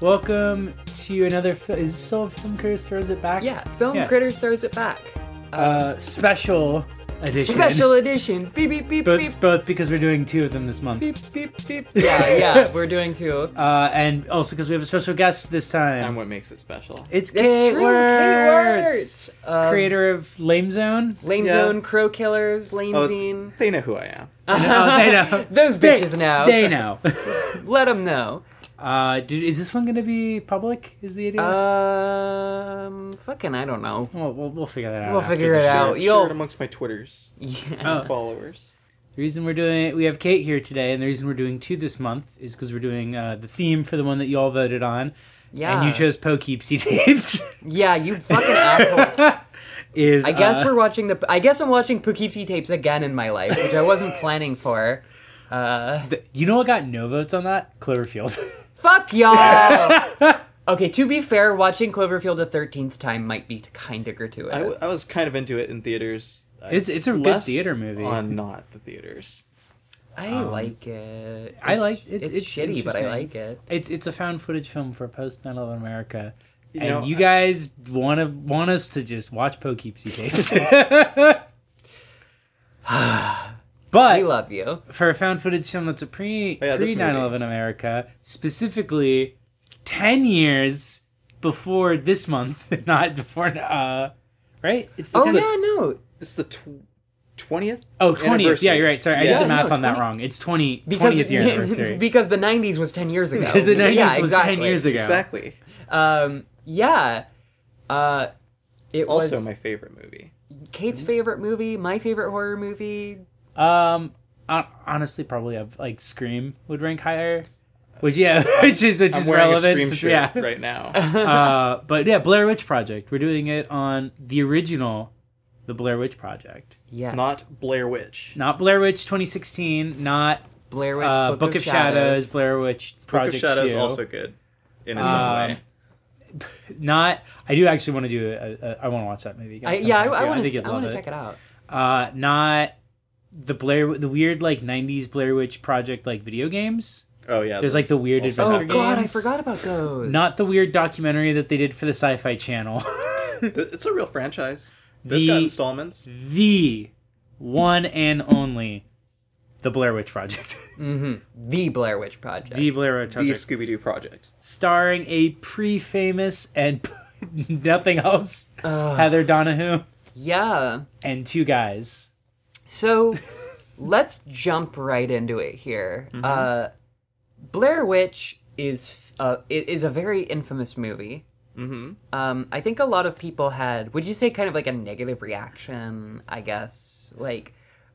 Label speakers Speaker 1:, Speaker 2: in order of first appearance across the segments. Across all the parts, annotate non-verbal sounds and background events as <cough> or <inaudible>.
Speaker 1: Welcome to another. Fi- is it still Film Critters throws it back?
Speaker 2: Yeah, Film
Speaker 1: Yeah.
Speaker 2: Critters throws it back.
Speaker 1: Uh, special edition.
Speaker 2: Special edition. Beep beep beep beep
Speaker 1: Both, both because we're doing two of them this month,
Speaker 2: beep beep beep. <laughs> Yeah, yeah, we're doing two.
Speaker 1: uh, and also because we have a special guest this time.
Speaker 3: And what makes it special?
Speaker 1: it's
Speaker 2: That's
Speaker 1: Kate
Speaker 2: true.
Speaker 1: Wertz,
Speaker 2: Words. Of
Speaker 1: creator of Lame
Speaker 2: <laughs>
Speaker 1: Zone.
Speaker 2: Lane
Speaker 3: Yeah.
Speaker 2: Uh, Zone, Crow Killers, Lane
Speaker 3: Oh,
Speaker 2: Zine.
Speaker 3: They know who I am.
Speaker 1: No, they know.
Speaker 2: Those
Speaker 1: They-
Speaker 2: bitches know.
Speaker 1: They know. <laughs>
Speaker 2: Let them know.
Speaker 1: Uh, dude, is this one going to be public? Is the idea?
Speaker 2: Uh, Um, fucking, I don't know. <laughs>
Speaker 1: well, we'll, we'll figure that out.
Speaker 2: We'll
Speaker 1: after
Speaker 2: figure
Speaker 1: the
Speaker 2: it
Speaker 1: show.
Speaker 2: out.
Speaker 3: Share-
Speaker 2: yo.
Speaker 3: share it amongst my Twitters
Speaker 2: Yeah.
Speaker 1: Oh.
Speaker 3: followers.
Speaker 1: The reason we're doing we have Kate here today, and the reason we're doing two this month is because we're doing uh, the theme for the one that you all voted on,
Speaker 2: Yeah.
Speaker 1: and you chose <laughs> Poughkeepsie Tapes.
Speaker 2: Yeah, you <laughs> fucking assholes.
Speaker 1: <laughs> is
Speaker 2: I guess
Speaker 1: uh,
Speaker 2: we're watching the. I guess I'm watching Poughkeepsie tapes again in my life, which I wasn't planning for. Uh,
Speaker 1: th- you know what got no votes on that? Cloverfield. <laughs>
Speaker 2: fuck <laughs> y'all.
Speaker 3: Oh.
Speaker 2: okay, to be fair, watching Cloverfield a thirteenth time might be kind of gratuitous.
Speaker 3: I, w- I was kind of into it in theaters. I-
Speaker 1: It's- it's a good
Speaker 3: less
Speaker 1: theater movie.
Speaker 3: On not the theaters.
Speaker 2: I
Speaker 3: um,
Speaker 2: like it.
Speaker 1: I
Speaker 2: It's-
Speaker 1: like- it's-
Speaker 2: it's,
Speaker 1: it's
Speaker 2: shitty, but I
Speaker 1: interesting.
Speaker 2: like it.
Speaker 1: it's it's a found footage film for post 9/11 America.
Speaker 3: You
Speaker 1: and
Speaker 3: know,
Speaker 1: you
Speaker 3: I-
Speaker 1: guys want to want us to just watch Poughkeepsie
Speaker 3: <laughs>
Speaker 1: Tapes,
Speaker 2: we
Speaker 1: <laughs> but
Speaker 2: love you.
Speaker 1: for a found footage film that's a pre
Speaker 3: Oh, yeah, this
Speaker 1: pre 9/11 America, specifically ten years before this month, <laughs> not before uh, right? It's the
Speaker 2: Oh
Speaker 1: 10th
Speaker 2: yeah, no,
Speaker 3: It's the tw- 20th?
Speaker 1: Oh, 20th. Yeah,
Speaker 3: Anniversary.
Speaker 1: you're right. Sorry, I
Speaker 3: Yeah.
Speaker 1: did the
Speaker 2: Yeah,
Speaker 1: math
Speaker 2: no,
Speaker 1: on that
Speaker 2: 20
Speaker 1: wrong. It's 20
Speaker 2: because
Speaker 1: 20th
Speaker 2: <laughs>
Speaker 3: <laughs>
Speaker 1: year anniversary.
Speaker 2: because the '90s was ten years ago.
Speaker 1: Because the 90s
Speaker 2: yeah,
Speaker 1: was
Speaker 2: exactly.
Speaker 1: 10 years ago.
Speaker 3: Exactly.
Speaker 2: Um, yeah. Uh, it
Speaker 3: Also,
Speaker 2: was
Speaker 3: my favorite movie.
Speaker 2: Kate's favorite movie, my favorite horror
Speaker 3: <laughs>
Speaker 2: movie.
Speaker 1: Um, hon- honestly, probably I've, like Scream would rank higher, which yeah, <laughs> which is which
Speaker 3: I'm
Speaker 1: is
Speaker 3: wearing
Speaker 1: relevant.
Speaker 3: a
Speaker 1: since-
Speaker 3: Scream
Speaker 1: yeah, <laughs>
Speaker 3: shirt right now.
Speaker 1: uh, but yeah, Blair Witch Project. We're doing it on the original, the Blair Witch Project,
Speaker 2: Yes.
Speaker 3: not Blair Witch.
Speaker 1: not Blair Witch 2016, not
Speaker 2: Blair Witch
Speaker 1: uh,
Speaker 2: Book, of,
Speaker 1: Shadows.
Speaker 2: Shadows.
Speaker 1: Blair Witch
Speaker 3: Book of
Speaker 1: Project
Speaker 3: Shadows
Speaker 1: 2.
Speaker 3: also good in its own
Speaker 1: Um,
Speaker 3: way.
Speaker 1: not. I do actually want to do. A, a, I want to watch that movie.
Speaker 2: I,
Speaker 1: at some
Speaker 2: yeah, I,
Speaker 1: point,
Speaker 2: I
Speaker 1: too.
Speaker 2: want
Speaker 1: think
Speaker 2: to.
Speaker 1: you'd
Speaker 2: I
Speaker 1: love
Speaker 2: want
Speaker 1: it.
Speaker 2: to check it out.
Speaker 1: uh not the blair the weird like 90s blair witch project like video games
Speaker 3: Oh yeah.
Speaker 1: there's, like, the
Speaker 3: those
Speaker 1: weird
Speaker 3: also
Speaker 2: Oh
Speaker 1: adventure
Speaker 3: have-
Speaker 1: games.
Speaker 2: God, I forgot about those.
Speaker 1: not the weird documentary that they did for the sci-fi channel <laughs>
Speaker 3: Th- <laughs> It's a real franchise. This
Speaker 1: The-
Speaker 3: got installments.
Speaker 1: the one and only the blair witch project <laughs>
Speaker 2: hmm the Blair Witch Project.
Speaker 1: the blair witch
Speaker 3: The
Speaker 1: project
Speaker 3: Scooby Doo project.
Speaker 1: starring a pre-famous and <laughs> nothing else
Speaker 2: Ugh,
Speaker 1: heather donahue
Speaker 2: yeah.
Speaker 1: and two guys
Speaker 2: So, <laughs> let's jump right into it here.
Speaker 1: Mm-hmm.
Speaker 2: Uh, Blair Witch is f- uh, it is a very infamous movie.
Speaker 3: Mm-hmm.
Speaker 2: Um, I think a lot of people had, would you say, kind of like a negative reaction, I guess? Like,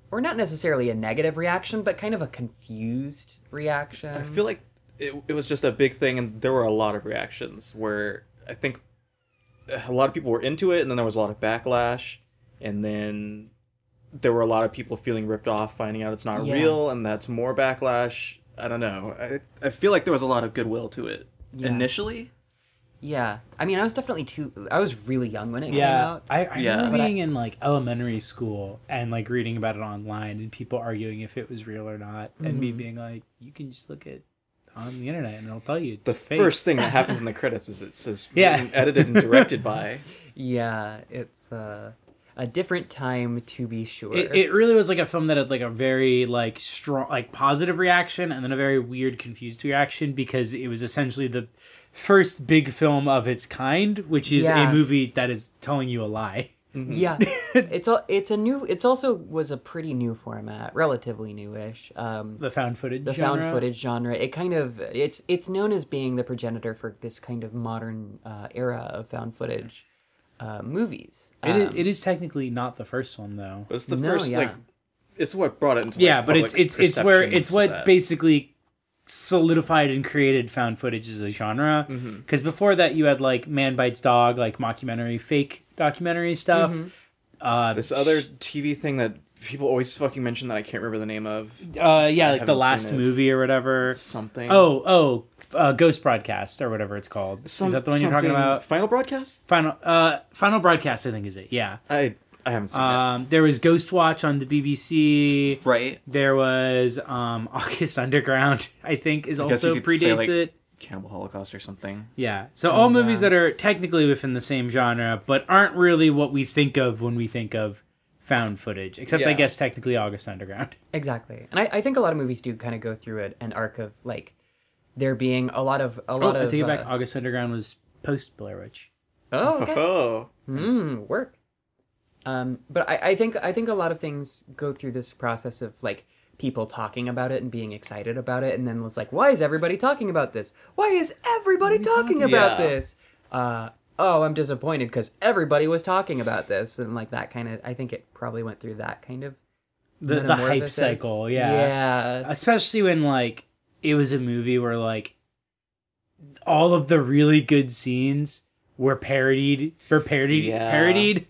Speaker 2: or not necessarily a negative reaction, but kind of a confused reaction.
Speaker 3: I feel like it, it was just a big thing, and there were a lot of reactions where I think a lot of people were into it, and then there was a lot of backlash, and then there were a lot of people feeling ripped off, finding out it's not
Speaker 2: Yeah.
Speaker 3: real, and that's more backlash. I don't know. I, I feel like there was a lot of goodwill to it
Speaker 2: Yeah.
Speaker 3: initially.
Speaker 2: Yeah. I mean, I was definitely too, I was really young when it came
Speaker 1: Yeah,
Speaker 2: out.
Speaker 1: I, I
Speaker 3: Yeah.
Speaker 1: remember
Speaker 2: But I-
Speaker 1: being in like elementary school and like reading about it online and people arguing if it was real or not, and
Speaker 2: Mm-hmm.
Speaker 1: me being like, "You can just look at on the internet and it'll tell you it's
Speaker 3: The
Speaker 1: fake."
Speaker 3: first thing that happens in the credits is it says
Speaker 1: <laughs> Yeah.
Speaker 3: written, edited and
Speaker 1: <laughs>
Speaker 3: directed by.
Speaker 2: Yeah, it's uh, a different time to be sure.
Speaker 1: It, it really was like a film that had like a very like strong like positive reaction and then a very weird confused reaction because it was essentially the first big film of its kind, which is
Speaker 2: Yeah.
Speaker 1: a movie that is telling you a lie. <laughs>
Speaker 2: yeah. it's a, it's a new, it's also was a pretty new format, relatively newish. Um,
Speaker 1: The found footage.
Speaker 2: the found
Speaker 1: genre.
Speaker 2: footage genre. It kind of it's it's known as being the progenitor for this kind of modern uh, era of found footage uh, movies.
Speaker 1: It is,
Speaker 2: Um,
Speaker 1: it is technically not the first one though.
Speaker 3: But it's the
Speaker 2: No,
Speaker 3: first
Speaker 2: yeah.
Speaker 3: like. It's what brought it into like,
Speaker 1: yeah but it's
Speaker 3: public
Speaker 1: it's it's where
Speaker 3: perception
Speaker 1: it's
Speaker 3: to
Speaker 1: what
Speaker 3: that.
Speaker 1: basically solidified and created found footage as a genre
Speaker 3: Mm-hmm.
Speaker 1: because before that you had like man bites dog like mockumentary fake documentary stuff uh,
Speaker 3: Mm-hmm. This other TV thing that people always fucking mention that I can't remember the name of.
Speaker 1: uh yeah like
Speaker 3: haven't
Speaker 1: the
Speaker 3: seen
Speaker 1: last
Speaker 3: it.
Speaker 1: movie or whatever
Speaker 3: Something.
Speaker 1: oh oh uh, ghost broadcast or whatever it's called is that the one you're talking about
Speaker 3: Final broadcast?
Speaker 1: final uh final broadcast i think is it yeah
Speaker 3: I I haven't seen it.
Speaker 1: um there was ghost watch on the bbc
Speaker 3: Uh, Right.
Speaker 1: There was um <laughs> August Underground, I think, is
Speaker 3: guess you
Speaker 1: also
Speaker 3: could say,
Speaker 1: predates
Speaker 3: like,
Speaker 1: it.
Speaker 3: Cannibal Holocaust or something.
Speaker 1: Yeah. So all movies
Speaker 2: um,
Speaker 1: that are technically within the same genre, but aren't really what we think of when we think of found footage. Except I
Speaker 3: Yeah.
Speaker 1: guess technically August Underground.
Speaker 2: Exactly. And I, I think a lot of movies do kind of go through it, an arc of like there being a lot of a
Speaker 1: Oh,
Speaker 2: lot
Speaker 1: I
Speaker 2: of
Speaker 1: take it back.
Speaker 2: uh,
Speaker 1: August Underground was post Blair Witch.
Speaker 2: Oh, okay.
Speaker 3: Oh,
Speaker 2: Mm, work. Um, but I, I think I think a lot of things go through this process of like people talking about it and being excited about it, and then it's like, why is everybody talking about this? Why is everybody talking, about
Speaker 3: Yeah.
Speaker 2: this? Uh, oh, I'm disappointed because everybody was talking about this, and like that kind of. I think it probably went through that kind of
Speaker 1: The, the hype
Speaker 2: metamorphosis.
Speaker 1: cycle, yeah.
Speaker 2: yeah,
Speaker 1: Especially when like it was a movie where like all of the really good scenes were parodied were parodied
Speaker 3: Yeah.
Speaker 1: parodied.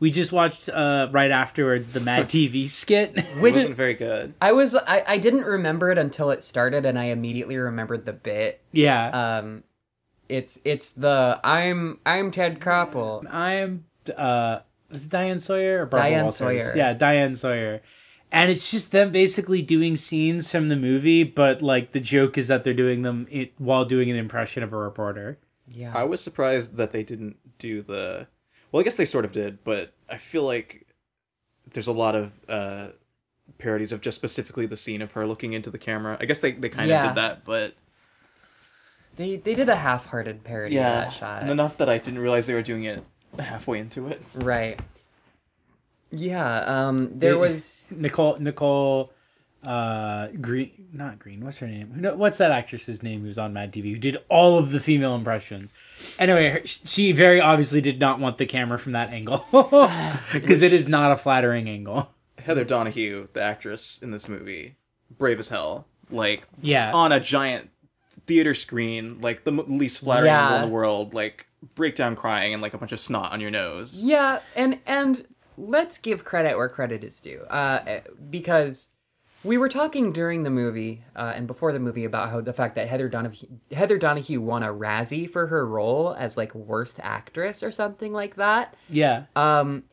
Speaker 1: We just watched uh right afterwards the
Speaker 2: <laughs>
Speaker 1: Mad TV skit. <laughs>
Speaker 3: which wasn't very good.
Speaker 2: I was I, I didn't remember it until it started, and I immediately remembered the bit
Speaker 1: yeah.
Speaker 2: um it's it's the i'm i'm ted koppel
Speaker 1: I'm uh was it Diane Sawyer or Barbara
Speaker 2: Diane
Speaker 1: Walters?
Speaker 2: Sawyer.
Speaker 1: Yeah, Diane Sawyer. And it's just them basically doing scenes from the movie, but like the joke is that they're doing them it, while doing an impression of a reporter.
Speaker 2: yeah
Speaker 3: I was surprised that they didn't do the. Well, I guess they sort of did, but I feel like there's a lot of uh, parodies of just specifically the scene of her looking into the camera. I guess they, they kind
Speaker 2: Yeah.
Speaker 3: of did that, but
Speaker 2: they they did a half-hearted parody of that shot
Speaker 3: and enough that I didn't realize they were doing it halfway into it.
Speaker 2: right yeah um there
Speaker 1: They-
Speaker 2: was
Speaker 1: Nicole Nicole uh Green not Green, what's her name? Who know, what's that actress's name who's on Mad TV who did all of the female impressions. Anyway, her, she very obviously did not want the camera from that angle <laughs> because it is not a flattering angle.
Speaker 3: Heather Donahue, the actress in this movie, brave as hell. Like
Speaker 1: Yeah.
Speaker 3: on a giant theater screen, like the m- least flattering
Speaker 2: Yeah.
Speaker 3: role in the world, like breakdown crying and like a bunch of snot on your nose.
Speaker 2: yeah and and let's give credit where credit is due uh because we were talking during the movie uh, and before the movie about how the fact that Heather Donahue, Heather Donahue won a Razzie for her role as like worst actress or something like that.
Speaker 1: Yeah.
Speaker 2: Um,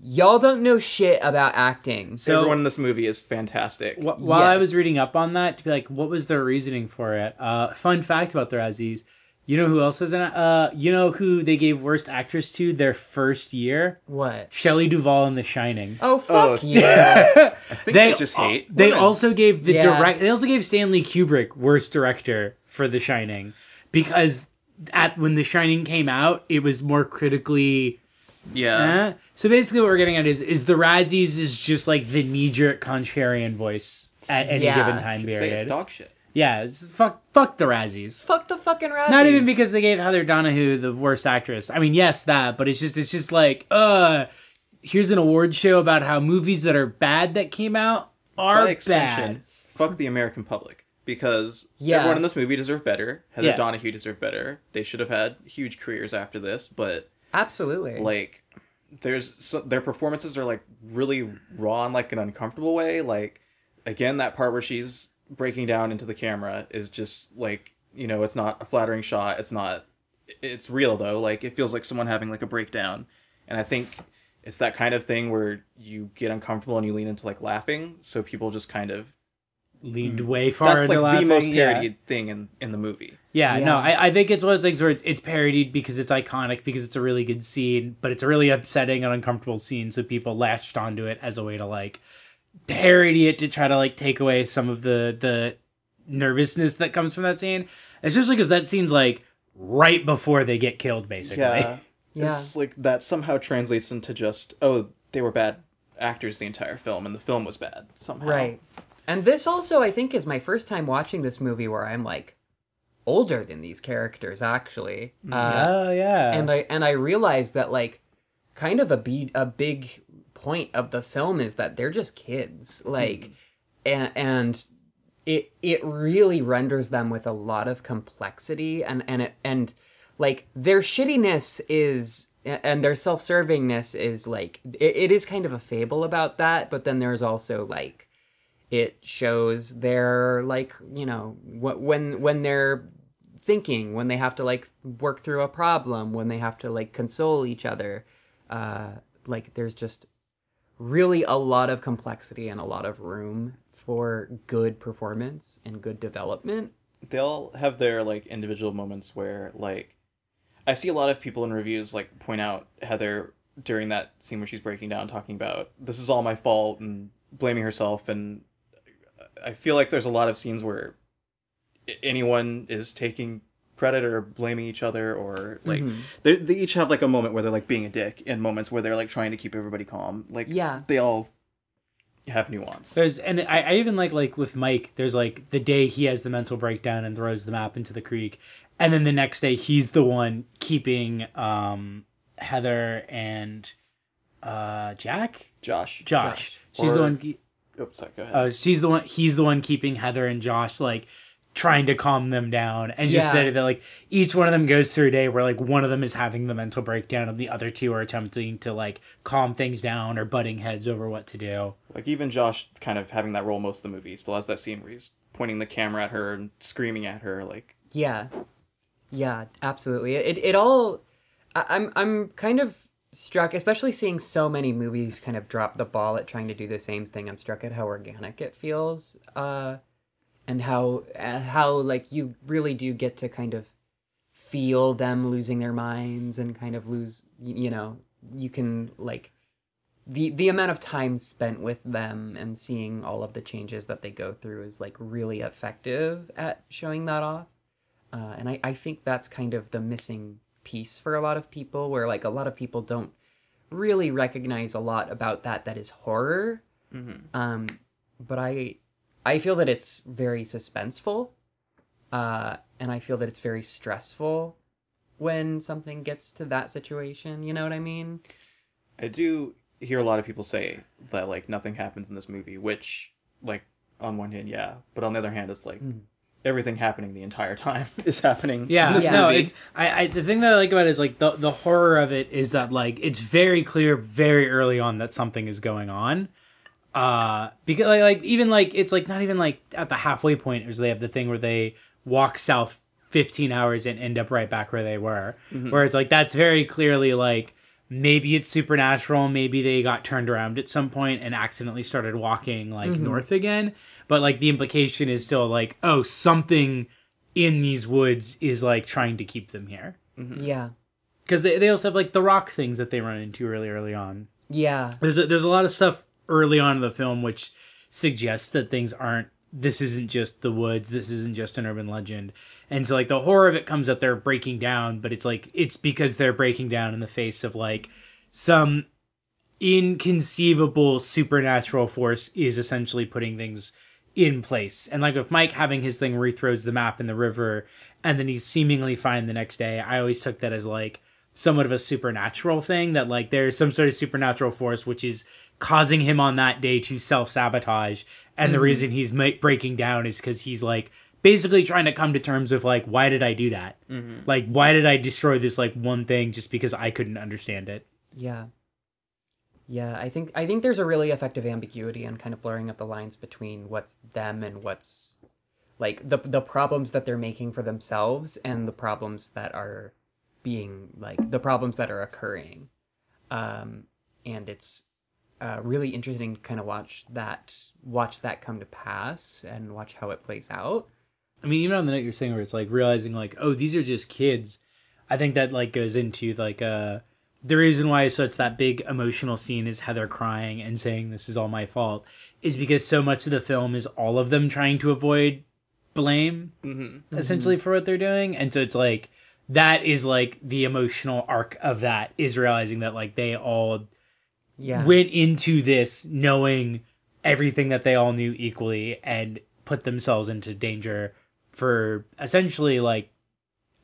Speaker 2: y'all don't know shit about acting.
Speaker 1: So-
Speaker 3: Everyone in this movie is fantastic.
Speaker 1: Wh- while I was
Speaker 2: Yes.
Speaker 1: reading up on that, to be like, what was their reasoning for it? Uh, fun fact about the Razzies. You know who else is in? Uh, you know who they gave worst actress to their first year?
Speaker 2: What?
Speaker 1: Shelley Duvall in The Shining.
Speaker 2: Oh fuck
Speaker 3: Oh,
Speaker 2: you! <laughs>
Speaker 3: I think
Speaker 1: They
Speaker 3: they, just hate.
Speaker 1: They
Speaker 3: women.
Speaker 1: also gave the
Speaker 2: Yeah.
Speaker 1: direct. They also gave Stanley Kubrick worst director for The Shining because at when The Shining came out, it was more critically.
Speaker 3: yeah.
Speaker 1: eh. So basically, what we're getting at is is the Razzies is just like the knee jerk contrarian voice at any
Speaker 2: Yeah.
Speaker 1: given time
Speaker 3: You could
Speaker 1: period.
Speaker 3: say it's dog shit.
Speaker 1: Yeah, it's, fuck, fuck the Razzies.
Speaker 2: Fuck the fucking Razzies.
Speaker 1: Not even because they gave Heather Donahue the worst actress. I mean, yes, that, but it's just, it's just like, uh, here's an award show about how movies that are bad that came out are
Speaker 3: By
Speaker 1: bad.
Speaker 3: extension, fuck the American public because
Speaker 2: Yeah.
Speaker 3: everyone in this movie deserved better. Heather
Speaker 1: Yeah.
Speaker 3: Donahue deserved better. They should have had huge careers after this, but
Speaker 2: absolutely.
Speaker 3: like there's so, their performances are like really raw in like an uncomfortable way like again that part where she's breaking down into the camera is just like you know it's not a flattering shot it's not it's real though like it feels like someone having like a breakdown and i think it's that kind of thing where you get uncomfortable and you lean into like laughing so people just kind of
Speaker 1: Leaned way far
Speaker 3: Mm. that's
Speaker 1: into
Speaker 3: like the
Speaker 1: laughing.
Speaker 3: most
Speaker 1: yeah.
Speaker 3: parodied thing in in the movie
Speaker 1: Yeah, no,
Speaker 2: Yeah.
Speaker 1: I, I think it's one of those things where it's, it's parodied because it's iconic, because it's a really good scene, but it's a really upsetting and uncomfortable scene, so people latched onto it as a way to like parody it to try to like take away some of the the nervousness that comes from that scene, especially because that scene's like right before they get killed, basically.
Speaker 2: yeah.
Speaker 3: <laughs> It's like that somehow translates into just oh they were bad actors the entire film and the film was bad somehow.
Speaker 2: Right. And this also, I think, is my first time watching this movie where I'm like older than these characters actually. Uh,
Speaker 1: <laughs> Oh yeah.
Speaker 2: and I and I realized that like kind of a be- a big point of the film is that they're just kids like and, and it it really renders them with a lot of complexity and and it, and like their shittiness is and their self-servingness is like it, it is kind of a fable about that but then there's also like it shows their like you know wh- when when they're thinking when they have to like work through a problem when they have to like console each other uh like there's just really a lot of complexity and a lot of room for good performance and good development
Speaker 3: they all have their like individual moments where like I see a lot of people in reviews like point out Heather during that scene where she's breaking down talking about this is all my fault and blaming herself and I feel like there's a lot of scenes where i- anyone is taking credit or blaming each other or like they they each have like a moment where they're like being a dick and moments where they're like trying to keep everybody calm like
Speaker 2: Yeah.
Speaker 3: they all have nuance
Speaker 1: There's and I, I even like like with Mike, there's like the day he has the mental breakdown and throws the map into the creek, and then the next day he's the one keeping um Heather and uh Jack?
Speaker 3: Josh
Speaker 1: Josh. She's the
Speaker 3: Or-
Speaker 1: one ke-
Speaker 3: oops sorry go ahead
Speaker 1: uh, she's the one he's the one keeping Heather and Josh like trying to calm them down and just
Speaker 2: Yeah.
Speaker 1: said that like each one of them goes through a day where like one of them is having the mental breakdown and the other two are attempting to like calm things down or butting heads over what to do.
Speaker 3: Like even Josh kind of having that role most of the movie still has that scene where he's pointing the camera at her and screaming at her like
Speaker 2: Yeah, yeah, absolutely. It it all. I, I'm I'm kind of struck, especially seeing so many movies kind of drop the ball at trying to do the same thing. I'm struck at how organic it feels, uh, and how uh, how like you really do get to kind of feel them losing their minds and kind of lose. y- You know, you can like. The, the amount of time spent with them and seeing all of the changes that they go through is like really effective at showing that off uh, and I, I think that's kind of the missing piece for a lot of people where like a lot of people don't really recognize a lot about that that is horror
Speaker 1: Mm-hmm.
Speaker 2: um, but i i feel that it's very suspenseful uh, and i feel that it's very stressful when something gets to that situation you know what i mean
Speaker 3: I do hear a lot of people say that like nothing happens in this movie, which like on one hand, yeah, but on the other hand, it's like everything happening the entire time <laughs> is happening.
Speaker 1: Mm-hmm. Yeah,
Speaker 3: in this
Speaker 1: no,
Speaker 3: movie.
Speaker 1: it's I, I the thing that I like about it is like the the horror of it is that like it's very clear very early on that something is going on. Uh because like, like even like it's like not even like at the halfway point is they have the thing where they walk south 15 hours and end up right back where they were. Where it's like that's very clearly like maybe it's supernatural, maybe they got turned around at some point and accidentally started walking like north again, but like the implication is still like oh something in these woods is like trying to keep them here
Speaker 2: yeah
Speaker 1: because they, they also have like the rock things that they run into really early on
Speaker 2: yeah
Speaker 1: there's a, there's a lot of stuff early on in the film which suggests that things aren't this isn't just the woods this isn't just an urban legend and so like the horror of it comes that they're breaking down but it's like it's because they're breaking down in the face of like some inconceivable supernatural force is essentially putting things in place and like with mike having his thing where he throws the map in the river and then he's seemingly fine the next day i always took that as like somewhat of a supernatural thing that like there's some sort of supernatural force which is causing him on that day to self-sabotage and the reason he's ma- breaking down is because he's like basically trying to come to terms with like why did i do that like why did i destroy this like one thing just because i couldn't understand it
Speaker 2: Yeah. Yeah, I think I think there's a really effective ambiguity and kind of blurring of the lines between what's them and what's like the the problems that they're making for themselves and the problems that are being like the problems that are occurring. Um and it's uh really interesting to kind of watch that watch that come to pass and watch how it plays out.
Speaker 1: I mean, even on the note you're saying where it's like realizing like, oh, these are just kids. I think that like goes into like uh the reason why so it's that big emotional scene is Heather crying and saying this is all my fault is because so much of the film is all of them trying to avoid blame essentially for what they're doing. And so it's like that is like the emotional arc of that is realizing that like they all
Speaker 2: Yeah.
Speaker 1: went into this knowing everything that they all knew equally and put themselves into danger for essentially like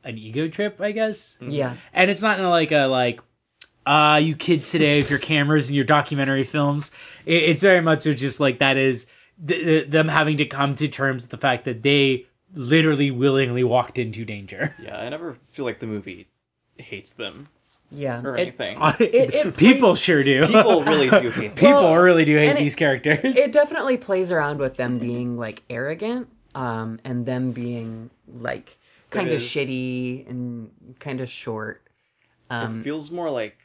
Speaker 1: an ego trip, I guess.
Speaker 3: Mm.
Speaker 2: yeah.
Speaker 1: And it's not in like a like ah you kids today with your cameras and your documentary films. It, it's very much of just like that is th- th- them having to come to terms with the fact that they literally willingly walked into danger. <laughs>
Speaker 3: yeah, I never feel like the movie hates them
Speaker 2: Yeah.
Speaker 3: or
Speaker 2: It-
Speaker 3: anything.
Speaker 2: it
Speaker 1: people
Speaker 2: plays-
Speaker 1: sure do.
Speaker 3: People really
Speaker 1: <laughs>
Speaker 3: do hate them.
Speaker 1: People
Speaker 2: Well,
Speaker 1: really do hate
Speaker 2: and it-
Speaker 1: these characters.
Speaker 2: it definitely plays around with them being like arrogant um and them being like kind of
Speaker 3: is.
Speaker 2: shitty and kind of short
Speaker 3: it feels more like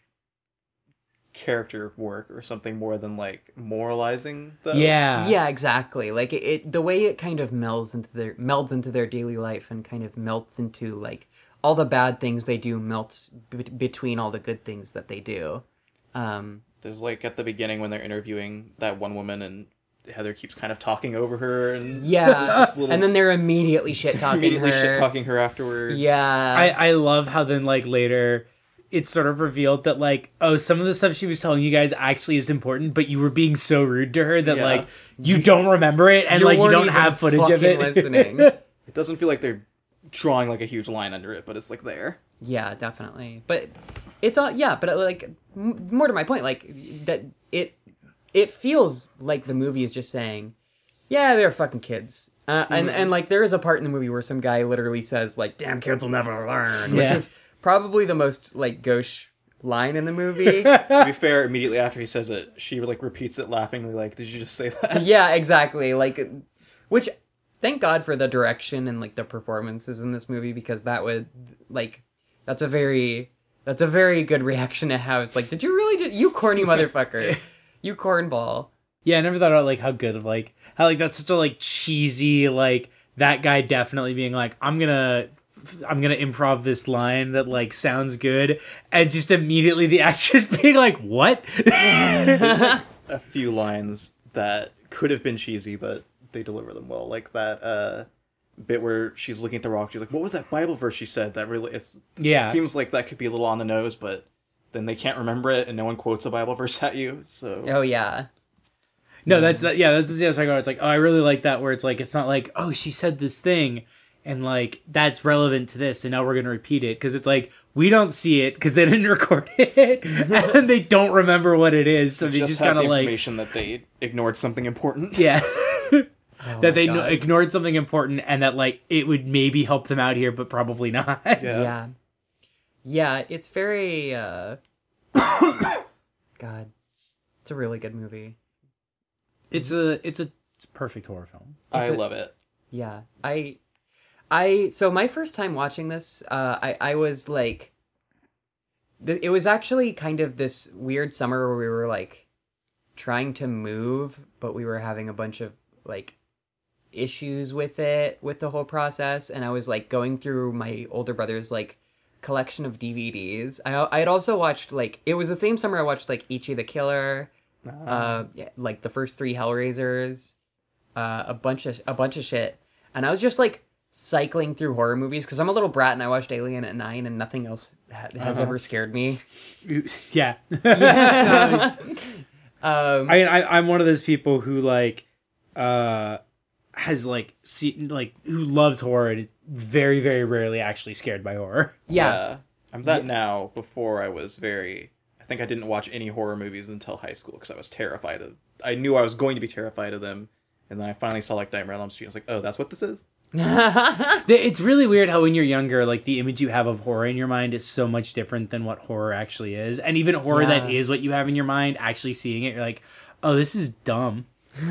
Speaker 3: character work or something more than like moralizing. Though.
Speaker 1: yeah.
Speaker 2: yeah, exactly. Like it, it, the way it kind of melds into their melds into their daily life and kind of melts into like all the bad things they do melts b- between all the good things that they do. Um,
Speaker 3: There's like at the beginning when they're interviewing that one woman and Heather keeps kind of talking over her and
Speaker 1: <laughs>
Speaker 2: yeah,
Speaker 3: Just little-
Speaker 2: and then they're immediately shit talking
Speaker 3: immediately
Speaker 2: her.
Speaker 3: shit talking her afterwards.
Speaker 2: Yeah,
Speaker 1: I, I love how then like later it's sort of revealed that like oh some of the stuff she was telling you guys actually is important but you were being so rude to her that
Speaker 3: Yeah.
Speaker 1: like you don't remember it and like you
Speaker 2: weren't
Speaker 1: don't
Speaker 2: even
Speaker 1: have footage of
Speaker 2: fucking
Speaker 1: it <laughs>
Speaker 2: Listening.
Speaker 3: It doesn't feel like they're drawing like a huge line under it, but it's like
Speaker 2: <laughs>
Speaker 3: there.
Speaker 2: Yeah, definitely. But it's all yeah, but uh, like m- more to my point, like that it it feels like the movie is just saying, yeah, they're fucking kids. Uh, and and like there is a part in the movie where some guy literally says like damn kids will never learn,
Speaker 1: Yeah.
Speaker 2: which is probably the most like gauche line in the movie.
Speaker 3: to be fair, immediately after he says it, she like repeats it laughingly, like, "Did you just say that?" <laughs>
Speaker 2: yeah, exactly. Like which thank God for the direction and like the performances in this movie because that would like that's a very that's a very good reaction to have. It's like, did you really just you corny <laughs> motherfucker. you cornball.
Speaker 1: yeah i never thought about like how good of like how like that's such a like cheesy like that guy definitely being like i'm gonna i'm gonna improv this line that like sounds good and just immediately the <laughs> actress being like
Speaker 2: <laughs>
Speaker 1: what
Speaker 3: a few lines that could have been cheesy, but they deliver them well. Like that uh, bit where she's looking at the rock. She's like, "What was that Bible verse she said?" That really it's,
Speaker 1: yeah
Speaker 3: it seems like that could be a little on the nose, but then they can't remember it, and no one quotes a Bible verse at you. So
Speaker 2: Oh yeah.
Speaker 1: No, that's that. Yeah, that's the other side. where It's like, oh, I really like that. Where it's like, it's not like, oh, she said this thing, and like that's relevant to this, and now we're gonna repeat it because it's like we don't see it because they didn't <laughs> record it, and they don't remember what it is, so they
Speaker 3: just,
Speaker 1: just,
Speaker 3: have
Speaker 1: kind
Speaker 3: the
Speaker 1: of like,
Speaker 3: information that they ignored
Speaker 1: <laughs>
Speaker 3: something important. <laughs>
Speaker 1: yeah,
Speaker 2: Oh my
Speaker 3: Oh,
Speaker 1: that they kn-
Speaker 2: God.
Speaker 1: ignored something important, and that like it would maybe help them out here, but probably not.
Speaker 3: Yeah.
Speaker 2: Yeah. Yeah, it's very uh <coughs> God. It's a really good movie.
Speaker 1: It's a it's a it's a perfect horror film.
Speaker 3: I
Speaker 2: It's a-
Speaker 3: love it.
Speaker 2: Yeah, I, I so my first time watching this, uh, I I was like, th- it was actually kind of this weird summer where we were like, trying to move, but we were having a bunch of like issues with it with the whole process and i was like going through my older brother's like collection of dvds i i had also watched like it was the same summer i watched like ichi the killer uh yeah, like the first three hellraisers uh, a bunch of a bunch of shit, and I was just like cycling through horror movies because I'm a little brat and I watched Alien at nine and nothing else ha-
Speaker 3: Uh-huh.
Speaker 2: has ever scared
Speaker 3: <laughs>
Speaker 2: me.
Speaker 1: <laughs> yeah.
Speaker 2: um,
Speaker 1: I mean, I, I'm one of those people who like uh has like seen like who loves horror and is very very rarely actually scared by horror. <laughs>
Speaker 2: yeah,
Speaker 3: Uh, I'm that now. Before I was very, I think I didn't watch any horror movies until high school because I was terrified of. I knew I was going to be terrified of them, and then I finally saw like Nightmare on Elm Street. I was like, oh, that's what this is.
Speaker 1: Th- It's really weird how when you're younger, like the image you have of horror in your mind is so much different than what horror actually is, and even horror that
Speaker 2: Yeah.
Speaker 1: is what you have in your mind, actually seeing it, you're like, oh, this is dumb.
Speaker 2: <laughs>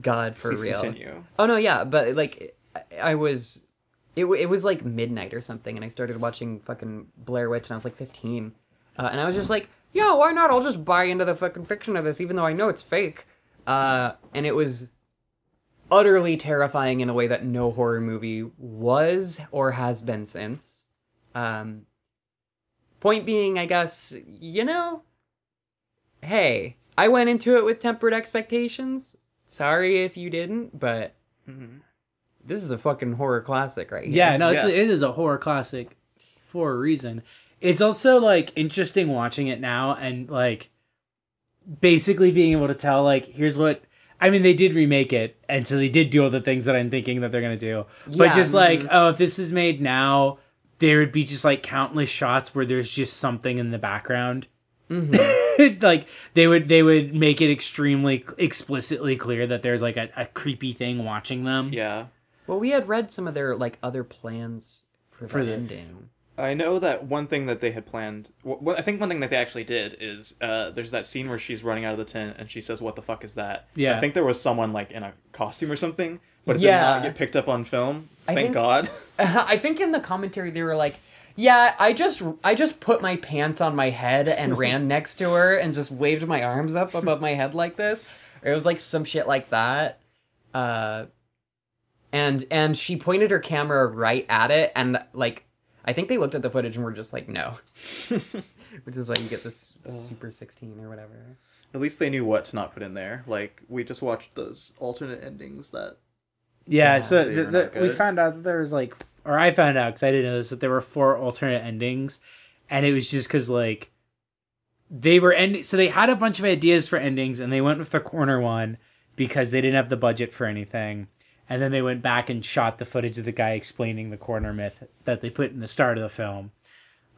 Speaker 2: God for
Speaker 3: Please
Speaker 2: real.
Speaker 3: continue.
Speaker 2: Oh no, yeah, but like I- I was, it w- it was like midnight or something, and I started watching fucking Blair Witch, and I was like 15, uh, and I was just like, yo, why not? I'll just buy into the fucking fiction of this, even though I know it's fake. Uh, and it was utterly terrifying in a way that no horror movie was or has been since. Um, point being, I guess you know, hey, I went into it with tempered expectations. Sorry if you didn't, but this is a fucking horror classic right here.
Speaker 1: Yeah, no, it's
Speaker 3: Yes.
Speaker 1: it is a horror classic for a reason. It's also like interesting watching it now and like basically being able to tell like here's what I mean they did remake it and so they did do all the things that I'm thinking that they're gonna do. but
Speaker 2: Yeah,
Speaker 1: just like
Speaker 2: mhm.
Speaker 1: oh if this is made now there would be just like countless shots where there's just something in the background. <laughs>
Speaker 2: Mm-hmm.
Speaker 1: like they would they would make it extremely explicitly clear that there's like a, a creepy thing watching them.
Speaker 3: Yeah,
Speaker 2: Well, we had read some of their like other plans for,
Speaker 1: For the-
Speaker 2: the, ending.
Speaker 3: I know that one thing that they had planned. wh- wh- I think one thing that they actually did is uh, there's that scene where she's running out of the tent and she says, "What the fuck is that?"
Speaker 1: Yeah.
Speaker 3: I think there was someone like in a costume or something, but it did
Speaker 2: Yeah.
Speaker 3: not get picked up on film.
Speaker 2: I
Speaker 3: Thank
Speaker 2: think- <laughs>
Speaker 3: God. <laughs>
Speaker 2: I think in the commentary they were like, Yeah, I just I just put my pants on my
Speaker 1: <laughs>
Speaker 2: head and ran next to her and just waved my arms up above my head like this. It was like some shit like that. Uh and and she pointed her camera right at it and like I think they looked at the footage and were just like no. <laughs> Which is why you get this
Speaker 1: Uh.
Speaker 2: super 16 or whatever.
Speaker 3: At least they knew what to not put in there. Like we just watched those alternate endings that
Speaker 1: Yeah,
Speaker 2: Yeah,
Speaker 1: so
Speaker 3: they
Speaker 1: th-
Speaker 3: were
Speaker 1: th-
Speaker 3: not
Speaker 1: we
Speaker 3: good.
Speaker 1: found out that there was like, or I found out because I didn't know this that there were four alternate endings, and it was just because like they were ending. So they had a bunch of ideas for endings, and they went with the corner one because they didn't have the budget for anything. And then they went back and shot the footage of the guy explaining the corner myth that they put in the start of the film.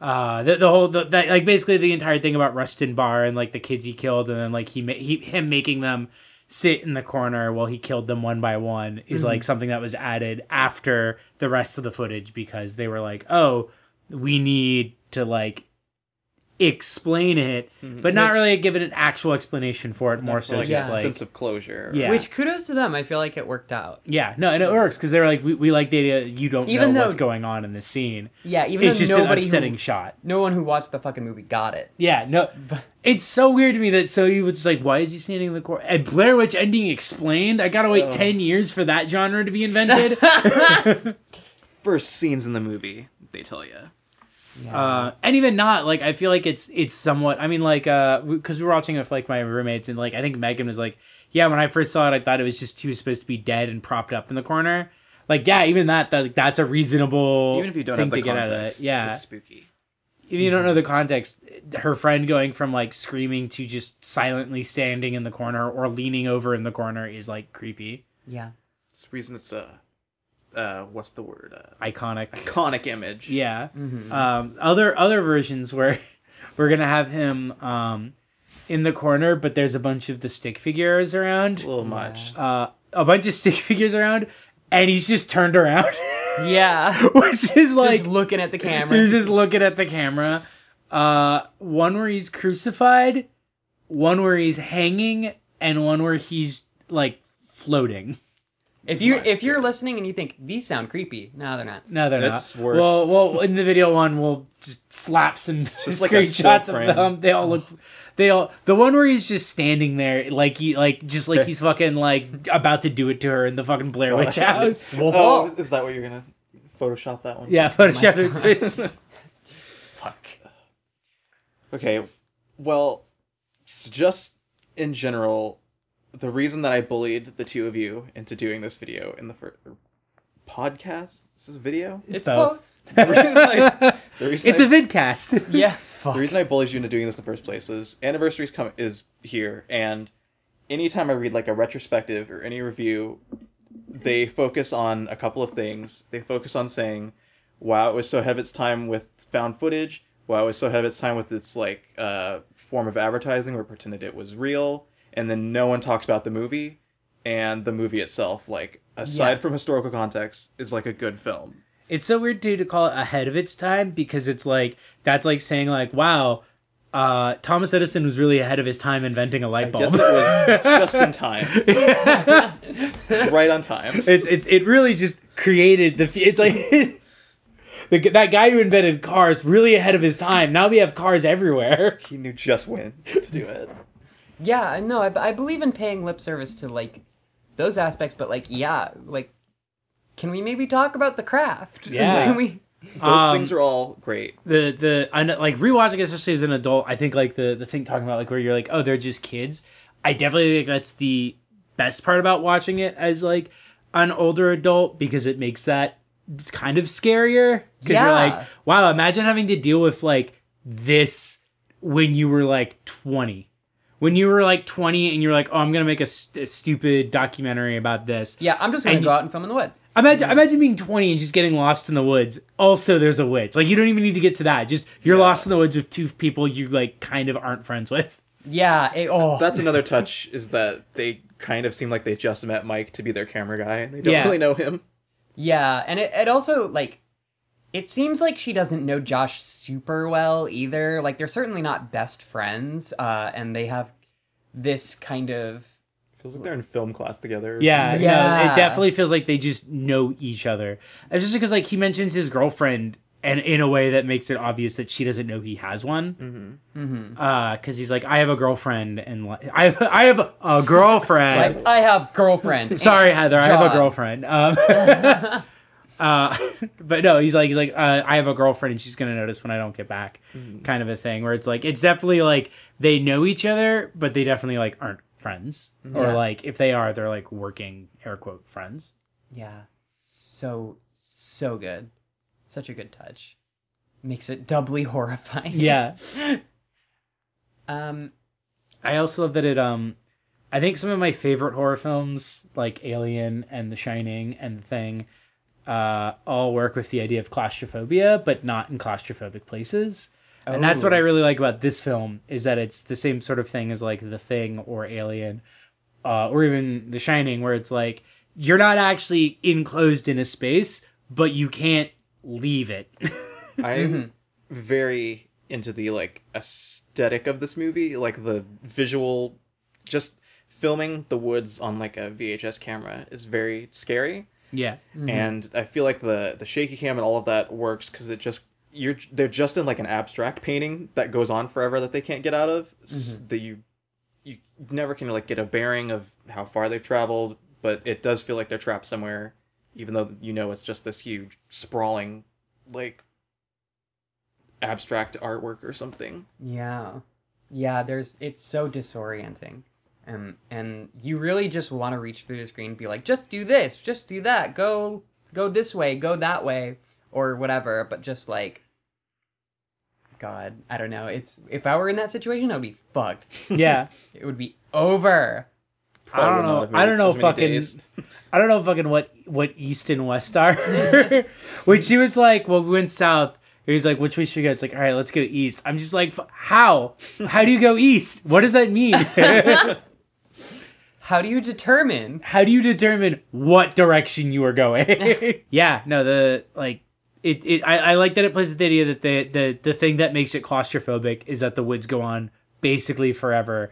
Speaker 1: Uh, the, the whole the, that like basically the entire thing about Rustin Barr and like the kids he killed, and then like he ma- he him making them sit in the corner while he killed them one by one is like
Speaker 2: Mm-hmm.
Speaker 1: something that was added after the rest of the footage because they were like, oh, we need to like explain it, but not
Speaker 2: Mm-hmm. Which-
Speaker 1: really give it an actual explanation for it. More
Speaker 3: for,
Speaker 1: so,
Speaker 3: like
Speaker 1: just
Speaker 3: a
Speaker 1: like
Speaker 3: sense of closure.
Speaker 1: Yeah.
Speaker 2: Which kudos to them. I feel like it worked out.
Speaker 1: yeah, no, and it works because they were like, we, we like the idea that you don't
Speaker 2: Even
Speaker 1: know
Speaker 2: though-
Speaker 1: what's going on in this scene.
Speaker 2: Yeah, even
Speaker 1: it's
Speaker 2: though
Speaker 1: just an
Speaker 2: nobody
Speaker 1: upsetting
Speaker 2: who,
Speaker 1: shot.
Speaker 2: no one who watched the fucking movie got it.
Speaker 1: Yeah, no, it's so weird to me that so you was like, why is he standing in the corner? And Blair Witch ending explained. I gotta wait
Speaker 3: Ugh.
Speaker 1: ten years for that genre to be
Speaker 2: <laughs>
Speaker 3: <laughs>
Speaker 1: invented.
Speaker 3: First scenes in the movie, they tell you.
Speaker 1: <laughs> uh, and even not like I feel like it's it's somewhat. I mean, like uh, because we were watching it with like my roommates, and like I think Megan was like, yeah, when I first saw it, I thought it was just he was supposed to be dead and propped up in the corner. Like yeah, even that, that that's a reasonable
Speaker 3: Even if you don't
Speaker 1: thing
Speaker 3: have the
Speaker 1: to get out
Speaker 3: context,
Speaker 1: of it. Yeah,
Speaker 3: it's spooky.
Speaker 1: if you don't know the context, her friend going from like screaming to just silently standing in the corner or leaning over in the corner is like creepy,
Speaker 2: Yeah.
Speaker 3: It's the reason it's uh, uh, what's the word? Uh,
Speaker 1: iconic.
Speaker 3: iconic image.
Speaker 1: Yeah. Um, other other versions where <laughs> we're gonna have him um, in the corner, but there's a bunch of the stick figures around,
Speaker 3: a little much.
Speaker 1: uh, a bunch of stick <laughs> figures around, and he's just turned around, <laughs>
Speaker 2: <laughs> Yeah.
Speaker 1: which is <laughs> like
Speaker 2: just looking at the
Speaker 1: He's
Speaker 2: camera.
Speaker 1: just looking at the camera. Uh, one where he's crucified, one where he's hanging, and one where he's like floating.
Speaker 2: If you if you're listening and you think these sound creepy, no, they're not.
Speaker 1: No, they're
Speaker 3: That's
Speaker 1: not.
Speaker 3: worse.
Speaker 1: Well, well, in the video one, we'll just slap some
Speaker 3: just like a
Speaker 1: screenshots
Speaker 3: still
Speaker 1: of
Speaker 3: frame.
Speaker 1: them. They all look. They all. The one where he's just standing there, like he, like just like he's fucking like about to do it to her in the fucking Blair Witch house.
Speaker 2: Wolf
Speaker 3: Oh,
Speaker 2: Hall.
Speaker 3: is that what you're gonna Photoshop that one?
Speaker 1: Yeah, Photoshop his face.
Speaker 2: Fuck.
Speaker 3: Okay. Well, s- just in general, the reason that I bullied the two of you into doing this video in the first podcast, is this
Speaker 1: <laughs>
Speaker 3: a video? <laughs>
Speaker 2: It's,
Speaker 1: both.
Speaker 2: both.
Speaker 3: The reason I, the reason
Speaker 1: It's
Speaker 3: I-
Speaker 1: a vidcast.
Speaker 2: Yeah.
Speaker 3: the reason I bullied you into doing this in the first place is anniversaries come is here, and anytime I read like a retrospective or any review, they focus on a couple of things. They focus on saying, "Wow, it was so ahead of its time with found footage. Wow, it was so ahead of its time with its like uh, form of advertising where it pretended it was real." And then no one talks about the movie and the movie itself. Like aside
Speaker 2: Yeah.
Speaker 3: from historical context, is like a good film.
Speaker 1: It's so weird too to call it ahead of its time because it's like that's like saying like wow, uh, Thomas Edison was really ahead of his time inventing a light <laughs>
Speaker 3: Yes,
Speaker 1: bulb.
Speaker 3: it was just in time, right on time.
Speaker 1: it's it's it really just created the. f- It's like <laughs> the, g- that guy who invented cars really ahead of his time. Now we have cars everywhere.
Speaker 3: He knew just when to do it.
Speaker 2: Yeah. No, I, I believe in paying lip service to like those aspects, but like, yeah, like, can we maybe talk about the craft? <laughs>
Speaker 1: Yeah.
Speaker 2: can we?
Speaker 3: Those
Speaker 1: Um,
Speaker 3: things are all great.
Speaker 1: the the I know, like rewatching it, especially as an adult, I think like the the thing talking about like where you're like, oh, they're just kids. I definitely think that's the best part about watching it as like an older adult because it makes that kind of scarier. Because
Speaker 2: Yeah.
Speaker 1: you're like, wow, imagine having to deal with like this when you were like 20. When you were like 20 and you're like, oh, I'm gonna make a, st- a stupid documentary about this.
Speaker 2: Yeah, I'm just gonna
Speaker 1: And
Speaker 2: go
Speaker 1: you-
Speaker 2: out and film in the woods.
Speaker 1: Imagine, imagine being 20 and just getting lost in the woods. Also, there's a witch. Like, you don't even need to get to that. Just, you're lost in the woods with two people you, like, kind of aren't friends with. <laughs>
Speaker 2: Yeah. It, oh.
Speaker 3: That's another touch is that they kind of seem like they just met Mike to be their camera guy, and they don't
Speaker 1: Yeah.
Speaker 3: really know him.
Speaker 2: Yeah, and it, it also like it seems like she doesn't know Josh super well either. Like they're certainly not best friends, uh, and they have this kind of
Speaker 3: Feels like they're in film class together.
Speaker 1: Yeah, no,
Speaker 2: Yeah.
Speaker 1: it definitely feels like they just know each other. It's just because, like, he mentions his girlfriend and in a way that makes it obvious that she doesn't know he has one.
Speaker 2: Mm-hmm.
Speaker 1: Uh, because he's like, I have a girlfriend, and like, I have, I have a girlfriend.
Speaker 2: Like I have girlfriend.
Speaker 1: Sorry, Heather, I have
Speaker 2: job.
Speaker 1: a girlfriend. Um, <laughs> uh, but no, he's like, he's like, uh, I have a girlfriend, and she's gonna notice when I don't get back, kind of a thing. Where it's like, it's definitely like they know each other, but they definitely like aren't friends, or
Speaker 2: Yeah.
Speaker 1: like if they are, they're like working air quote friends.
Speaker 2: Yeah. So so good. Such a good touch. Makes it doubly <laughs> horrifying.
Speaker 1: Yeah.
Speaker 2: Um
Speaker 1: I also love that it um I think some of my favorite horror films like Alien and The Shining and The Thing uh all work with the idea of claustrophobia but not in claustrophobic places. And that's what
Speaker 2: Oh.
Speaker 1: I really like about this film is that it's the same sort of thing as like The Thing or Alien uh or even The Shining where it's like you're not actually enclosed in a space but you can't leave it. <laughs>
Speaker 3: I'm
Speaker 1: Mm-hmm.
Speaker 3: very into the like aesthetic of this movie, like the visual, just filming the woods on like a VHS camera is very scary,
Speaker 1: yeah.
Speaker 3: and I feel like the the shaky cam and all of that works because it just you're they're just in like an abstract painting that goes on forever that they can't get out of s-
Speaker 1: Mm-hmm.
Speaker 3: that you you never can like get a bearing of how far they've traveled, but it does feel like they're trapped somewhere, even though you know it's just this huge sprawling like abstract artwork or something.
Speaker 2: Yeah. Yeah, there's it's so disorienting. Um and you really just want to reach through the screen and be like, just do this, just do that, go go this way, go that way, or whatever, but just like God, I don't know. It's if I were in that situation, I'd be fucked. <laughs>
Speaker 1: Yeah.
Speaker 2: It would be over.
Speaker 1: I don't
Speaker 3: Probably not
Speaker 1: know.
Speaker 3: have
Speaker 1: I
Speaker 3: made
Speaker 1: don't know
Speaker 3: as many
Speaker 1: fucking.
Speaker 3: days.
Speaker 1: <laughs> I don't know fucking what what east and west are. <laughs> which he was like, well, we went south. He was like, which way should we go? It's like, all right, let's go east. I'm just like, f- how? How do you go east? What does that mean? <laughs>
Speaker 2: How do you determine?
Speaker 1: how do you determine what direction you are going? <laughs> yeah, no, the like. It, it I, I like that it plays with the idea that the, the the thing that makes it claustrophobic is that the woods go on basically forever,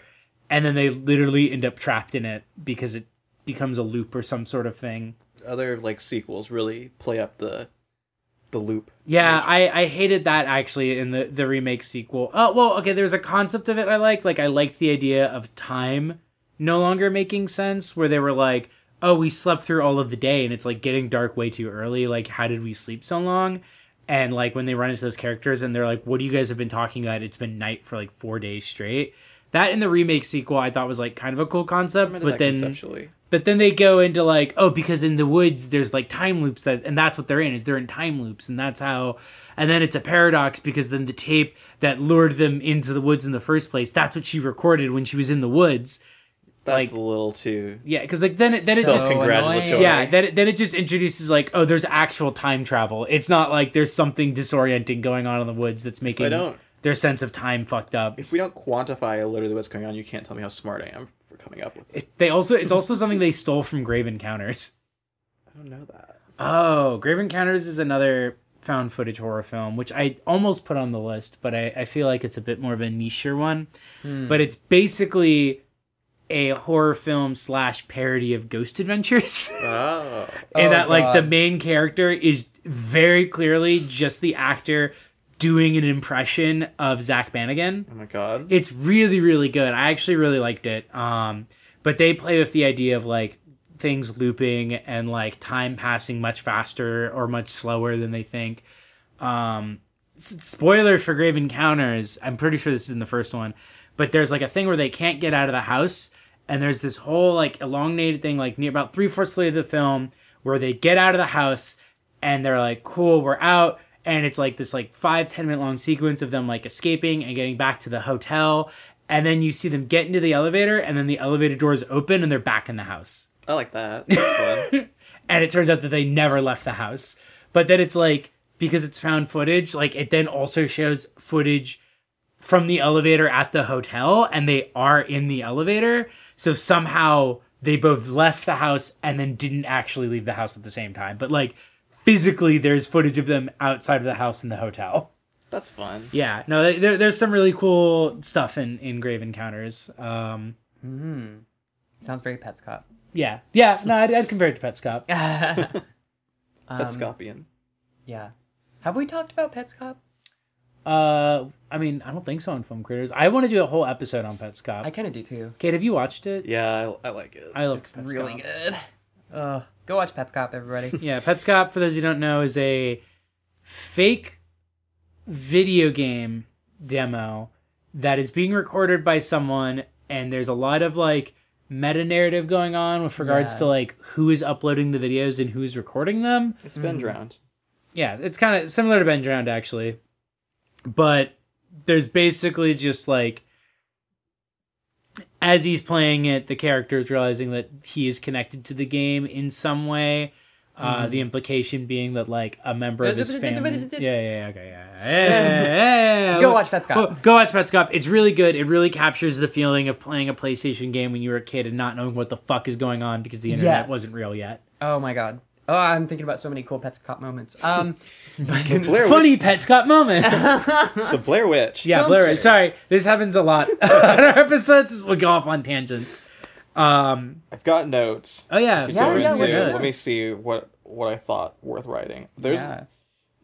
Speaker 1: and then they literally end up trapped in it because it becomes a loop or some sort of thing.
Speaker 3: Other like sequels really play up the the loop.
Speaker 1: Yeah, I, I hated that actually in the, the remake sequel. Oh well, okay, there's a concept of it I liked. Like I liked the idea of time no longer making sense, where they were like, Oh, we slept through all of the day and it's like getting dark way too early. Like, how did we sleep so long? And like when they run into those characters and they're like, What do you guys have been talking about? It's been night for like four days straight. That in the remake sequel I thought was like kind of a cool concept.
Speaker 3: Remember
Speaker 1: But
Speaker 3: that
Speaker 1: then
Speaker 3: conceptually.
Speaker 1: but then they go into like, oh, because in the woods there's like time loops that, and that's what they're in is they're in time loops, and that's how. And then it's a paradox because then the tape that lured them into the woods in the first place, that's what she recorded when she was in the woods.
Speaker 3: That's
Speaker 1: like-
Speaker 3: a little too
Speaker 1: Yeah, because like then it then it
Speaker 2: So
Speaker 1: just
Speaker 3: Self-congratulatory.
Speaker 2: annoying.
Speaker 1: yeah then it, then it just introduces like oh there's actual time travel. It's not like there's something disorienting going on in the woods that's making
Speaker 3: don't-
Speaker 1: their sense of time fucked up.
Speaker 3: if we don't quantify literally what's going on, you can't tell me how smart I am for coming up with it.
Speaker 1: It, they also it's also something they stole from Grave Encounters.
Speaker 3: I don't know that.
Speaker 1: Oh, Grave Encounters is another found footage horror film, which I almost put on the list, but I, I feel like it's a bit more of a nicher one.
Speaker 2: Hmm.
Speaker 1: But it's basically a horror film slash parody of Ghost Adventures. <laughs>
Speaker 3: Oh,
Speaker 1: and
Speaker 2: Oh,
Speaker 1: that, like, the
Speaker 2: God.
Speaker 1: main character is very clearly just the actor doing an impression of Zach Bannigan.
Speaker 3: oh my god.
Speaker 1: It's really, really good. I actually really liked it. Um, but they play with the idea of like things looping and like time passing much faster or much slower than they think. Um, s- spoiler for Grave Encounters. I'm pretty sure this is in the first one, but there's like a thing where they can't get out of the house, and there's this whole like elongated thing like near about three fourths way of the film where they get out of the house and they're like, "Cool, we're out." And it's like this like five ten minute long sequence of them like escaping and getting back to the hotel, and then you see them get into the elevator, and then the elevator doors open and they're back in the house
Speaker 3: I like that. That's fun.
Speaker 1: and it turns out that they never left the house. But then it's like because it's found footage, like it then also shows footage from the elevator at the hotel, and they are in the elevator. So somehow they both left the house and then didn't actually leave the house at the same time. But like physically, there's footage of them outside of the house in the hotel.
Speaker 3: That's fun.
Speaker 1: Yeah, no, there, there's some really cool stuff in in Grave Encounters. Um,
Speaker 2: Mm-hmm. Sounds very Pets <laughs> Cop.
Speaker 1: yeah, yeah, no, I'd, I'd compare it to <laughs> Pet Cop.
Speaker 2: um,
Speaker 3: That's Scorpion.
Speaker 2: Yeah. Have we talked about Pets Cop?
Speaker 1: Uh, I mean, I don't think so on Film Critters. I want to do a whole episode on Pets Cop.
Speaker 2: I kind of do too.
Speaker 1: Kate, have you watched it?
Speaker 3: Yeah, I, I like it.
Speaker 1: I love Pets Cop.
Speaker 2: Really good. Uh, go watch Pets Cop, everybody. <laughs>
Speaker 1: Yeah, Pets Cop, for those who don't know, is a fake video game demo that is being recorded by someone, and there's a lot of like meta narrative going on with regards
Speaker 2: Yeah.
Speaker 1: to like who is uploading the videos and who's recording them.
Speaker 3: It's been drowned.
Speaker 1: Yeah, it's kind of similar to Ben Drowned actually, but there's basically just like as he's playing it, the character is realizing that he is connected to the game in some way. Uh, the implication being that like a member of <laughs> his family. yeah, yeah, yeah, okay, yeah, yeah, yeah, yeah, yeah.
Speaker 2: Go watch Pets Cop.
Speaker 1: Go- Go watch Pets Cop. It's really good. It really captures the feeling of playing a PlayStation game when you were a kid and not knowing what the fuck is going on because the internet
Speaker 2: Yes.
Speaker 1: wasn't real yet.
Speaker 2: Oh my god. Oh, I'm thinking about so many cool Pets Cop moments.
Speaker 1: <laughs>
Speaker 2: Um,
Speaker 3: Blair
Speaker 1: Funny Pets Cop <laughs> moments.
Speaker 3: Witch. So Blair Witch.
Speaker 1: Yeah, Blair Witch. Sorry, this happens a
Speaker 3: <laughs>
Speaker 1: lot <laughs> on our episodes. We'll go off on tangents. Um.
Speaker 3: I've got notes.
Speaker 1: Oh yeah.
Speaker 3: Okay,
Speaker 2: Yeah,
Speaker 3: so
Speaker 1: we're
Speaker 2: yeah,
Speaker 1: into
Speaker 2: we're
Speaker 1: it.
Speaker 2: good.
Speaker 3: Let me see what what I thought worth writing. There's
Speaker 2: yeah.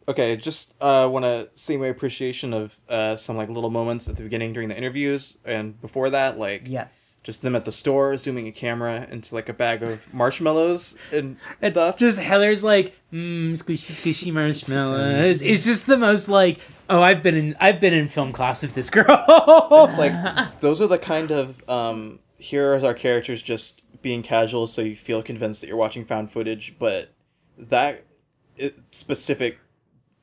Speaker 3: okay. Just uh, want to see my appreciation of uh, some like little moments at the beginning during the interviews and before that, like
Speaker 2: Yes.
Speaker 3: just them at the store zooming a camera into like a bag of <laughs> marshmallows and <laughs> stuff.
Speaker 1: Just Heller's like, mm, squishy, squishy marshmallows. It's just the most like, oh, I've been in, I've been in film class with this girl. <laughs>
Speaker 3: It's like those are the kind of um, here are our characters just being casual, so you feel convinced that you're watching found footage, but that it, specific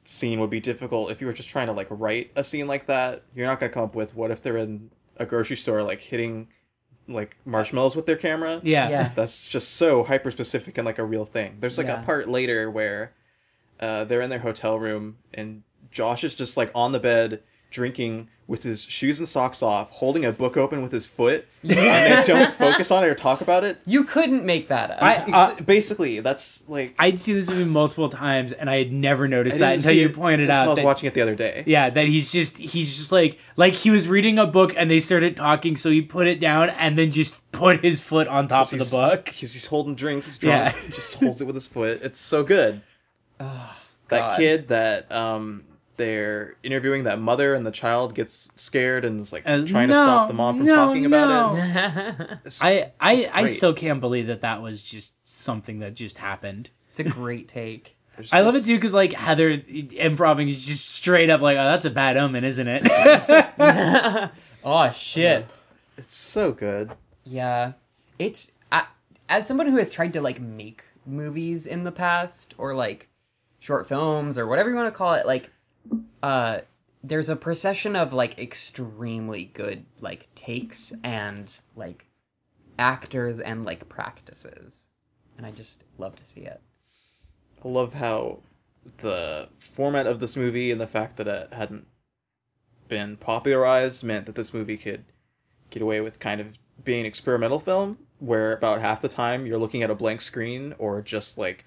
Speaker 3: scene would be difficult if you were just trying to like write a scene like that. You're not gonna come up with what if they're in a grocery store like hitting like marshmallows with their camera.
Speaker 1: yeah.
Speaker 2: Yeah.
Speaker 3: That's just so hyper specific and like a real thing. There's like
Speaker 2: Yeah.
Speaker 3: a part later where uh, they're in their hotel room and Josh is just like on the bed drinking with his shoes and socks off, holding a book open with his foot,
Speaker 1: <laughs>
Speaker 3: and they don't focus on it or talk about it.
Speaker 2: You couldn't make that up.
Speaker 1: I- uh,
Speaker 3: Ex- basically, that's like
Speaker 1: I'd seen this movie multiple times, and I had never noticed
Speaker 3: I
Speaker 1: that
Speaker 3: didn't
Speaker 1: until
Speaker 3: see
Speaker 1: you
Speaker 3: it
Speaker 1: pointed
Speaker 3: until I
Speaker 1: out.
Speaker 3: was
Speaker 1: That,
Speaker 3: watching it the other day.
Speaker 1: Yeah, that he's just he's just like like he was reading a book and they started talking, so he put it down and then just put his foot on top of the
Speaker 3: He's-
Speaker 1: book.
Speaker 3: He's, he's holding drink. He's drunk.
Speaker 1: Yeah. Oh,
Speaker 3: he just holds it with his foot. It's so good.
Speaker 2: God.
Speaker 3: that kid that um, they're interviewing that mother and the child gets scared and is like
Speaker 1: Uh,
Speaker 3: trying to
Speaker 1: no,
Speaker 3: stop the mom from
Speaker 1: no,
Speaker 3: talking about
Speaker 1: no.
Speaker 3: it.
Speaker 2: <laughs> it's
Speaker 1: I I,
Speaker 3: just
Speaker 1: I
Speaker 3: great.
Speaker 1: still can't believe that that was just something that just happened.
Speaker 2: a great take.
Speaker 3: There's
Speaker 1: I love it
Speaker 3: just-
Speaker 1: too because like Heather improving is just straight up like, oh, that's a bad omen, isn't
Speaker 3: <laughs>
Speaker 1: it?
Speaker 2: Oh shit.
Speaker 3: It's so good.
Speaker 2: Yeah. It's I, as someone who has tried to like make movies in the past or like short films or whatever you want to call it like uh there's a procession of like extremely good like takes and like actors and like practices. And I just love to see it.
Speaker 3: I love how the format of this movie and the fact that it hadn't been popularized meant that this movie could get away with kind of being an experimental film where about half the time you're looking at a blank screen or just like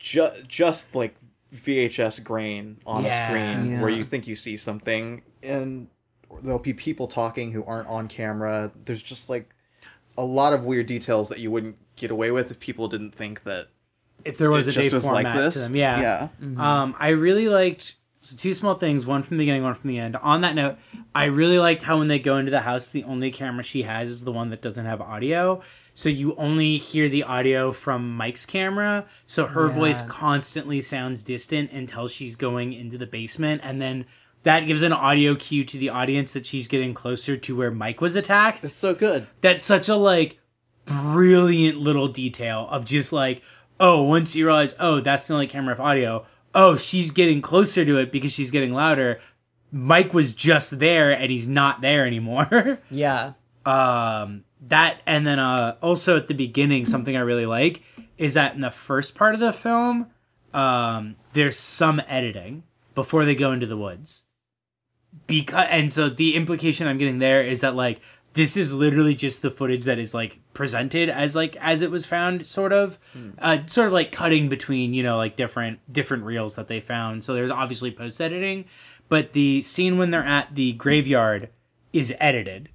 Speaker 3: ju- just like VHS grain on
Speaker 1: Yeah.
Speaker 3: a screen where
Speaker 2: Yeah.
Speaker 3: you think you see something and there'll be people talking who aren't on camera. There's just like a lot of weird details that you wouldn't get away with if people didn't think that
Speaker 1: if there was
Speaker 3: it
Speaker 1: a day
Speaker 3: just was
Speaker 1: format
Speaker 3: like this.
Speaker 1: to them, yeah.
Speaker 3: Yeah.
Speaker 1: Um, I really liked so two small things, one from the beginning, one from the end. On that note, I really liked how when they go into the house, the only camera she has is the one that doesn't have audio. So you only hear the audio from Mike's camera. So her voice
Speaker 2: Yeah.
Speaker 1: constantly sounds distant until she's going into the basement and then that gives an audio cue to the audience that she's getting closer to where Mike was attacked
Speaker 3: It's so good.
Speaker 1: that's such a like brilliant little detail of just like oh once you realize oh that's the only camera of audio oh she's getting closer to it because she's getting louder mike was just there and he's not there anymore <laughs>
Speaker 2: Yeah.
Speaker 1: um that and then uh also at the beginning something i really like is that in the first part of the film um there's some editing before they go into the woods because and so the implication i'm getting there is that like this is literally just the footage that is like presented as like as it was found sort of uh sort of like cutting between you know like different different reels that they found so there's obviously post editing but the scene when they're at the graveyard is edited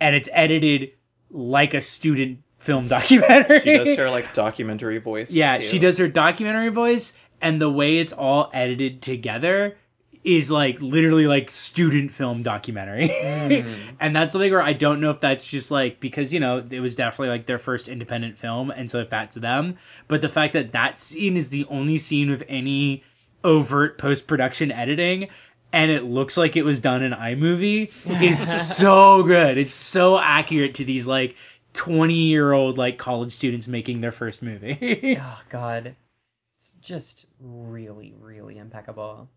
Speaker 1: and it's edited like a student film documentary. <laughs>
Speaker 3: She does her like documentary voice.
Speaker 1: yeah,
Speaker 3: too.
Speaker 1: she does her documentary voice and the way it's all edited together is like literally like student film documentary.
Speaker 3: Mm.
Speaker 1: <laughs> and that's something where I don't know if that's just like because you know it was definitely like their first independent film and so if that's them, but the fact that that scene is the only scene with any overt post-production editing and it looks like it was done in iMovie is
Speaker 3: <laughs>
Speaker 1: so good. It's so accurate to these like 20-year-old like college students making their first movie. <laughs>
Speaker 2: Oh god. It's just really, really impeccable.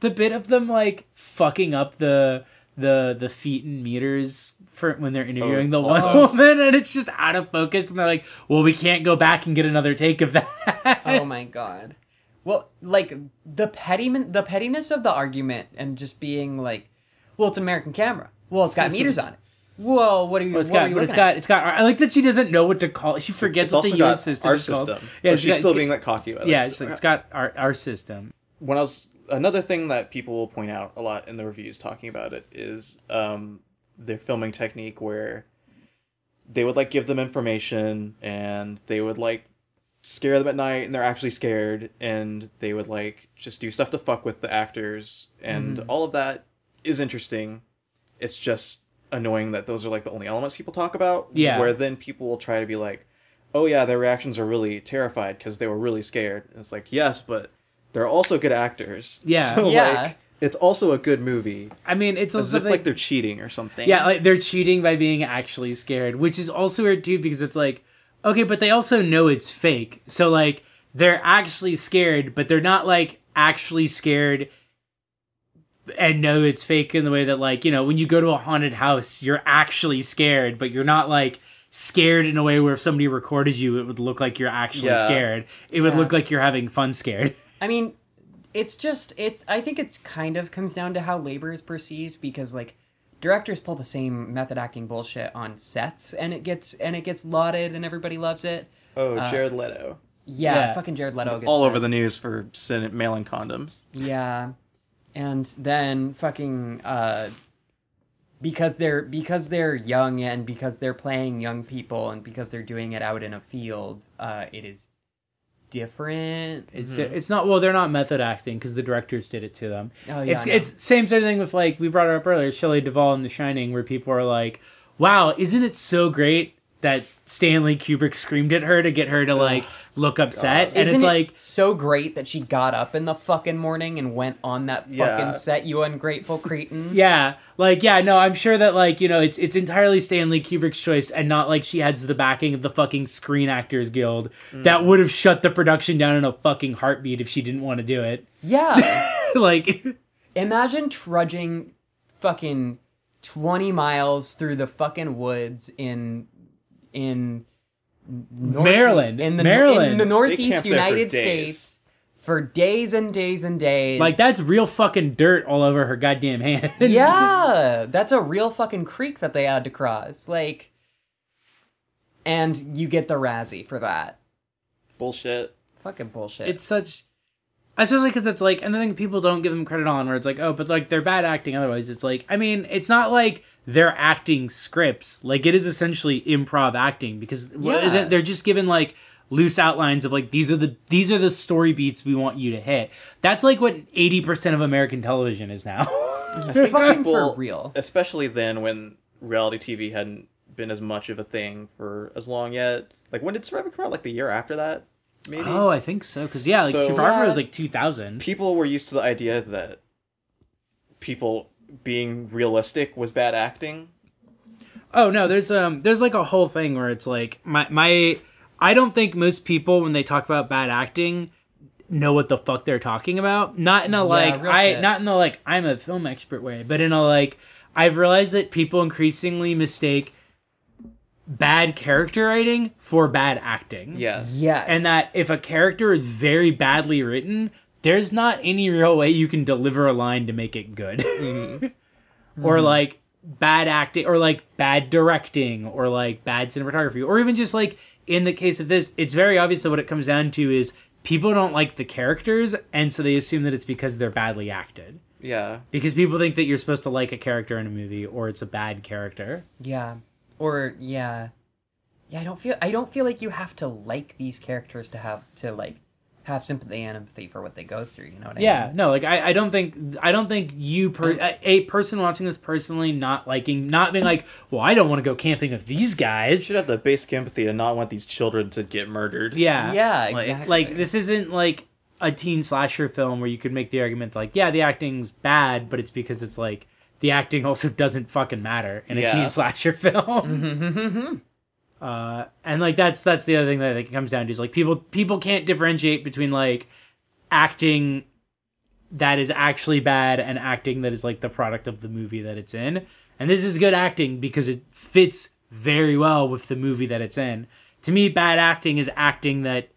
Speaker 1: the bit of them like fucking up the the the feet and meters for when they're interviewing the one
Speaker 2: oh.
Speaker 1: woman and it's just out of focus and they're like well we can't go back and get another take of that
Speaker 3: Uh,
Speaker 2: Oh my god. Well, like the pettim- the pettiness of the argument and just being like, well, it's American camera. Well,
Speaker 1: <laughs>
Speaker 2: it's got meters on it. Well, what are you?
Speaker 1: But <laughs> it's
Speaker 2: what are
Speaker 1: got,
Speaker 2: you
Speaker 1: but it's
Speaker 2: looking at?
Speaker 1: got, it's got. I like that she doesn't know what to call. it. She forgets
Speaker 3: It's
Speaker 1: what
Speaker 3: also
Speaker 1: the
Speaker 3: got
Speaker 1: U.S. system
Speaker 3: our
Speaker 1: is called.
Speaker 3: system.
Speaker 1: Yeah,
Speaker 3: but
Speaker 1: it's
Speaker 3: she's
Speaker 1: got-
Speaker 3: still
Speaker 1: it's-
Speaker 3: being like cocky about it.
Speaker 1: yeah, it's, like, it's got our our system.
Speaker 3: when I was another thing that people will point out a lot in the reviews talking about it is um, their filming technique where they would like give them information and they would like scare them at night and they're actually scared and they would like just do stuff to fuck with the actors and all of that is interesting. It's just annoying that those are like the only elements people talk about.
Speaker 1: Yeah.
Speaker 3: Where then people will try to be like, oh yeah, their reactions are really terrified because they were really scared. And it's like, yes, but they're also good actors. <laughs>
Speaker 1: Yeah.
Speaker 3: So,
Speaker 2: Yeah.
Speaker 3: like, it's also a good movie.
Speaker 1: I mean, it's
Speaker 3: As
Speaker 1: also
Speaker 3: if like they're cheating or something.
Speaker 1: Yeah, like they're cheating by being actually scared, which is also weird too because it's like, okay, but they also know it's fake. So like they're actually scared, but they're not like actually scared and know it's fake in the way that like, you know, when you go to a haunted house, you're actually scared, but you're not like scared in a way where if somebody recorded you it would look like you're actually
Speaker 3: Yeah.
Speaker 1: scared. It would
Speaker 2: Yeah.
Speaker 1: look like you're having fun scared.
Speaker 2: I mean, it's just it's. I think it's kind of comes down to how labor is perceived because like directors pull the same method acting bullshit on sets and it gets and it gets lauded and everybody loves it.
Speaker 3: Oh, Jared Leto.
Speaker 2: Yeah,
Speaker 1: Yeah.
Speaker 2: fucking Jared Leto. Gets
Speaker 3: All
Speaker 2: done.
Speaker 3: over the news for sin- mailing condoms.
Speaker 2: Yeah. And then fucking uh because they're because they're young and because they're playing young people and because they're doing it out in a field, uh it is different.
Speaker 1: It's it's not well. They're not method acting because the directors did it to them.
Speaker 2: Oh, yeah,
Speaker 1: it's
Speaker 2: I know.
Speaker 1: it's same sort of thing with like we brought it up earlier, Shelley Duvall in The Shining, where people are like, "Wow, isn't it so great that Stanley Kubrick screamed at her to get her to like look upset?" And
Speaker 2: Isn't
Speaker 1: it's
Speaker 2: it
Speaker 1: like,
Speaker 2: so great that she got up in the fucking morning and went on that fucking
Speaker 3: Yeah.
Speaker 2: set, you ungrateful cretin.
Speaker 1: yeah, like yeah, no, I'm sure that like you know it's it's entirely Stanley Kubrick's choice and not like she has the backing of the fucking Screen Actors Guild
Speaker 2: Mm.
Speaker 1: that would have shut the production down in a fucking heartbeat if she didn't want to do it. <laughs>
Speaker 2: yeah.
Speaker 1: like,
Speaker 2: Imagine trudging fucking 20 miles through the fucking woods in in North-
Speaker 1: Maryland.
Speaker 2: in the
Speaker 1: Maryland.
Speaker 2: in the
Speaker 3: They
Speaker 2: northeast
Speaker 3: camped there for
Speaker 2: United
Speaker 3: days.
Speaker 2: States for days and days and days.
Speaker 1: like that's real fucking dirt all over her goddamn hands. <laughs>
Speaker 2: Yeah, that's a real fucking creek that they had to cross. Like and you get the Razzie for that.
Speaker 3: Bullshit.
Speaker 2: Fucking bullshit.
Speaker 1: it's such especially because it's like and the thing people don't give them credit on where it's like oh but like they're bad acting otherwise it's like i mean it's not like they're acting scripts like it is essentially improv acting because what
Speaker 2: Yeah.
Speaker 1: is it they're just given like loose outlines of like these are the these are the story beats we want you to hit that's like what 80% of american television is now <laughs>
Speaker 3: think
Speaker 2: fucking for real.
Speaker 3: Especially then when reality TV hadn't been as much of a thing for as long yet. Like when did Survivor come out? Like the year after that, maybe.
Speaker 1: oh i think so because yeah like
Speaker 3: So-
Speaker 1: survivor
Speaker 2: Yeah.
Speaker 1: was like 2000
Speaker 3: People were used to the idea that people being realistic was bad acting.
Speaker 1: Oh no, there's um there's like a whole thing where it's like my my I don't think most people when they talk about bad acting know what the fuck they're talking about. Not in a like
Speaker 2: real
Speaker 1: I
Speaker 2: shit.
Speaker 1: not in the like I'm a film expert way, but in a like I've realized that people increasingly mistake bad character writing for bad acting.
Speaker 3: Yeah.
Speaker 2: yes.
Speaker 1: And that if a character is very badly written, there's not any real way you can deliver a line to make it good. <laughs> or like bad acting, or like bad directing, or like bad cinematography, or even just like in the case of this, it's very obvious that what it comes down to is people don't like the characters, and so they assume that it's because they're badly acted.
Speaker 3: Yeah.
Speaker 1: Because people think that you're supposed to like a character in a movie, or it's a bad character.
Speaker 2: Yeah. Or yeah. Yeah, I don't feel I don't feel like you have to like these characters to have to like have sympathy and empathy for what they go through. You know what I
Speaker 1: Yeah,
Speaker 2: mean?
Speaker 1: no, like I, I don't think I don't think you per a, a person watching this personally not liking not being like, well, I don't want to go camping with these
Speaker 3: You
Speaker 1: guys.
Speaker 3: should have the basic empathy to not want these children to get murdered.
Speaker 1: Yeah,
Speaker 2: Yeah,
Speaker 1: Like-
Speaker 2: exactly.
Speaker 1: Like, this isn't like a teen slasher film where you could make the argument like, yeah, the acting's bad, but it's because it's like the acting <laughs> also doesn't fucking matter in a
Speaker 3: Yeah.
Speaker 1: teen slasher <laughs> film. uh, and like that's that's the other thing that it comes down to is like people people can't differentiate between like acting that is actually bad and acting that is like the product of the movie that it's in. And this is good acting because it fits very well with the movie that it's in. To me, bad acting is acting that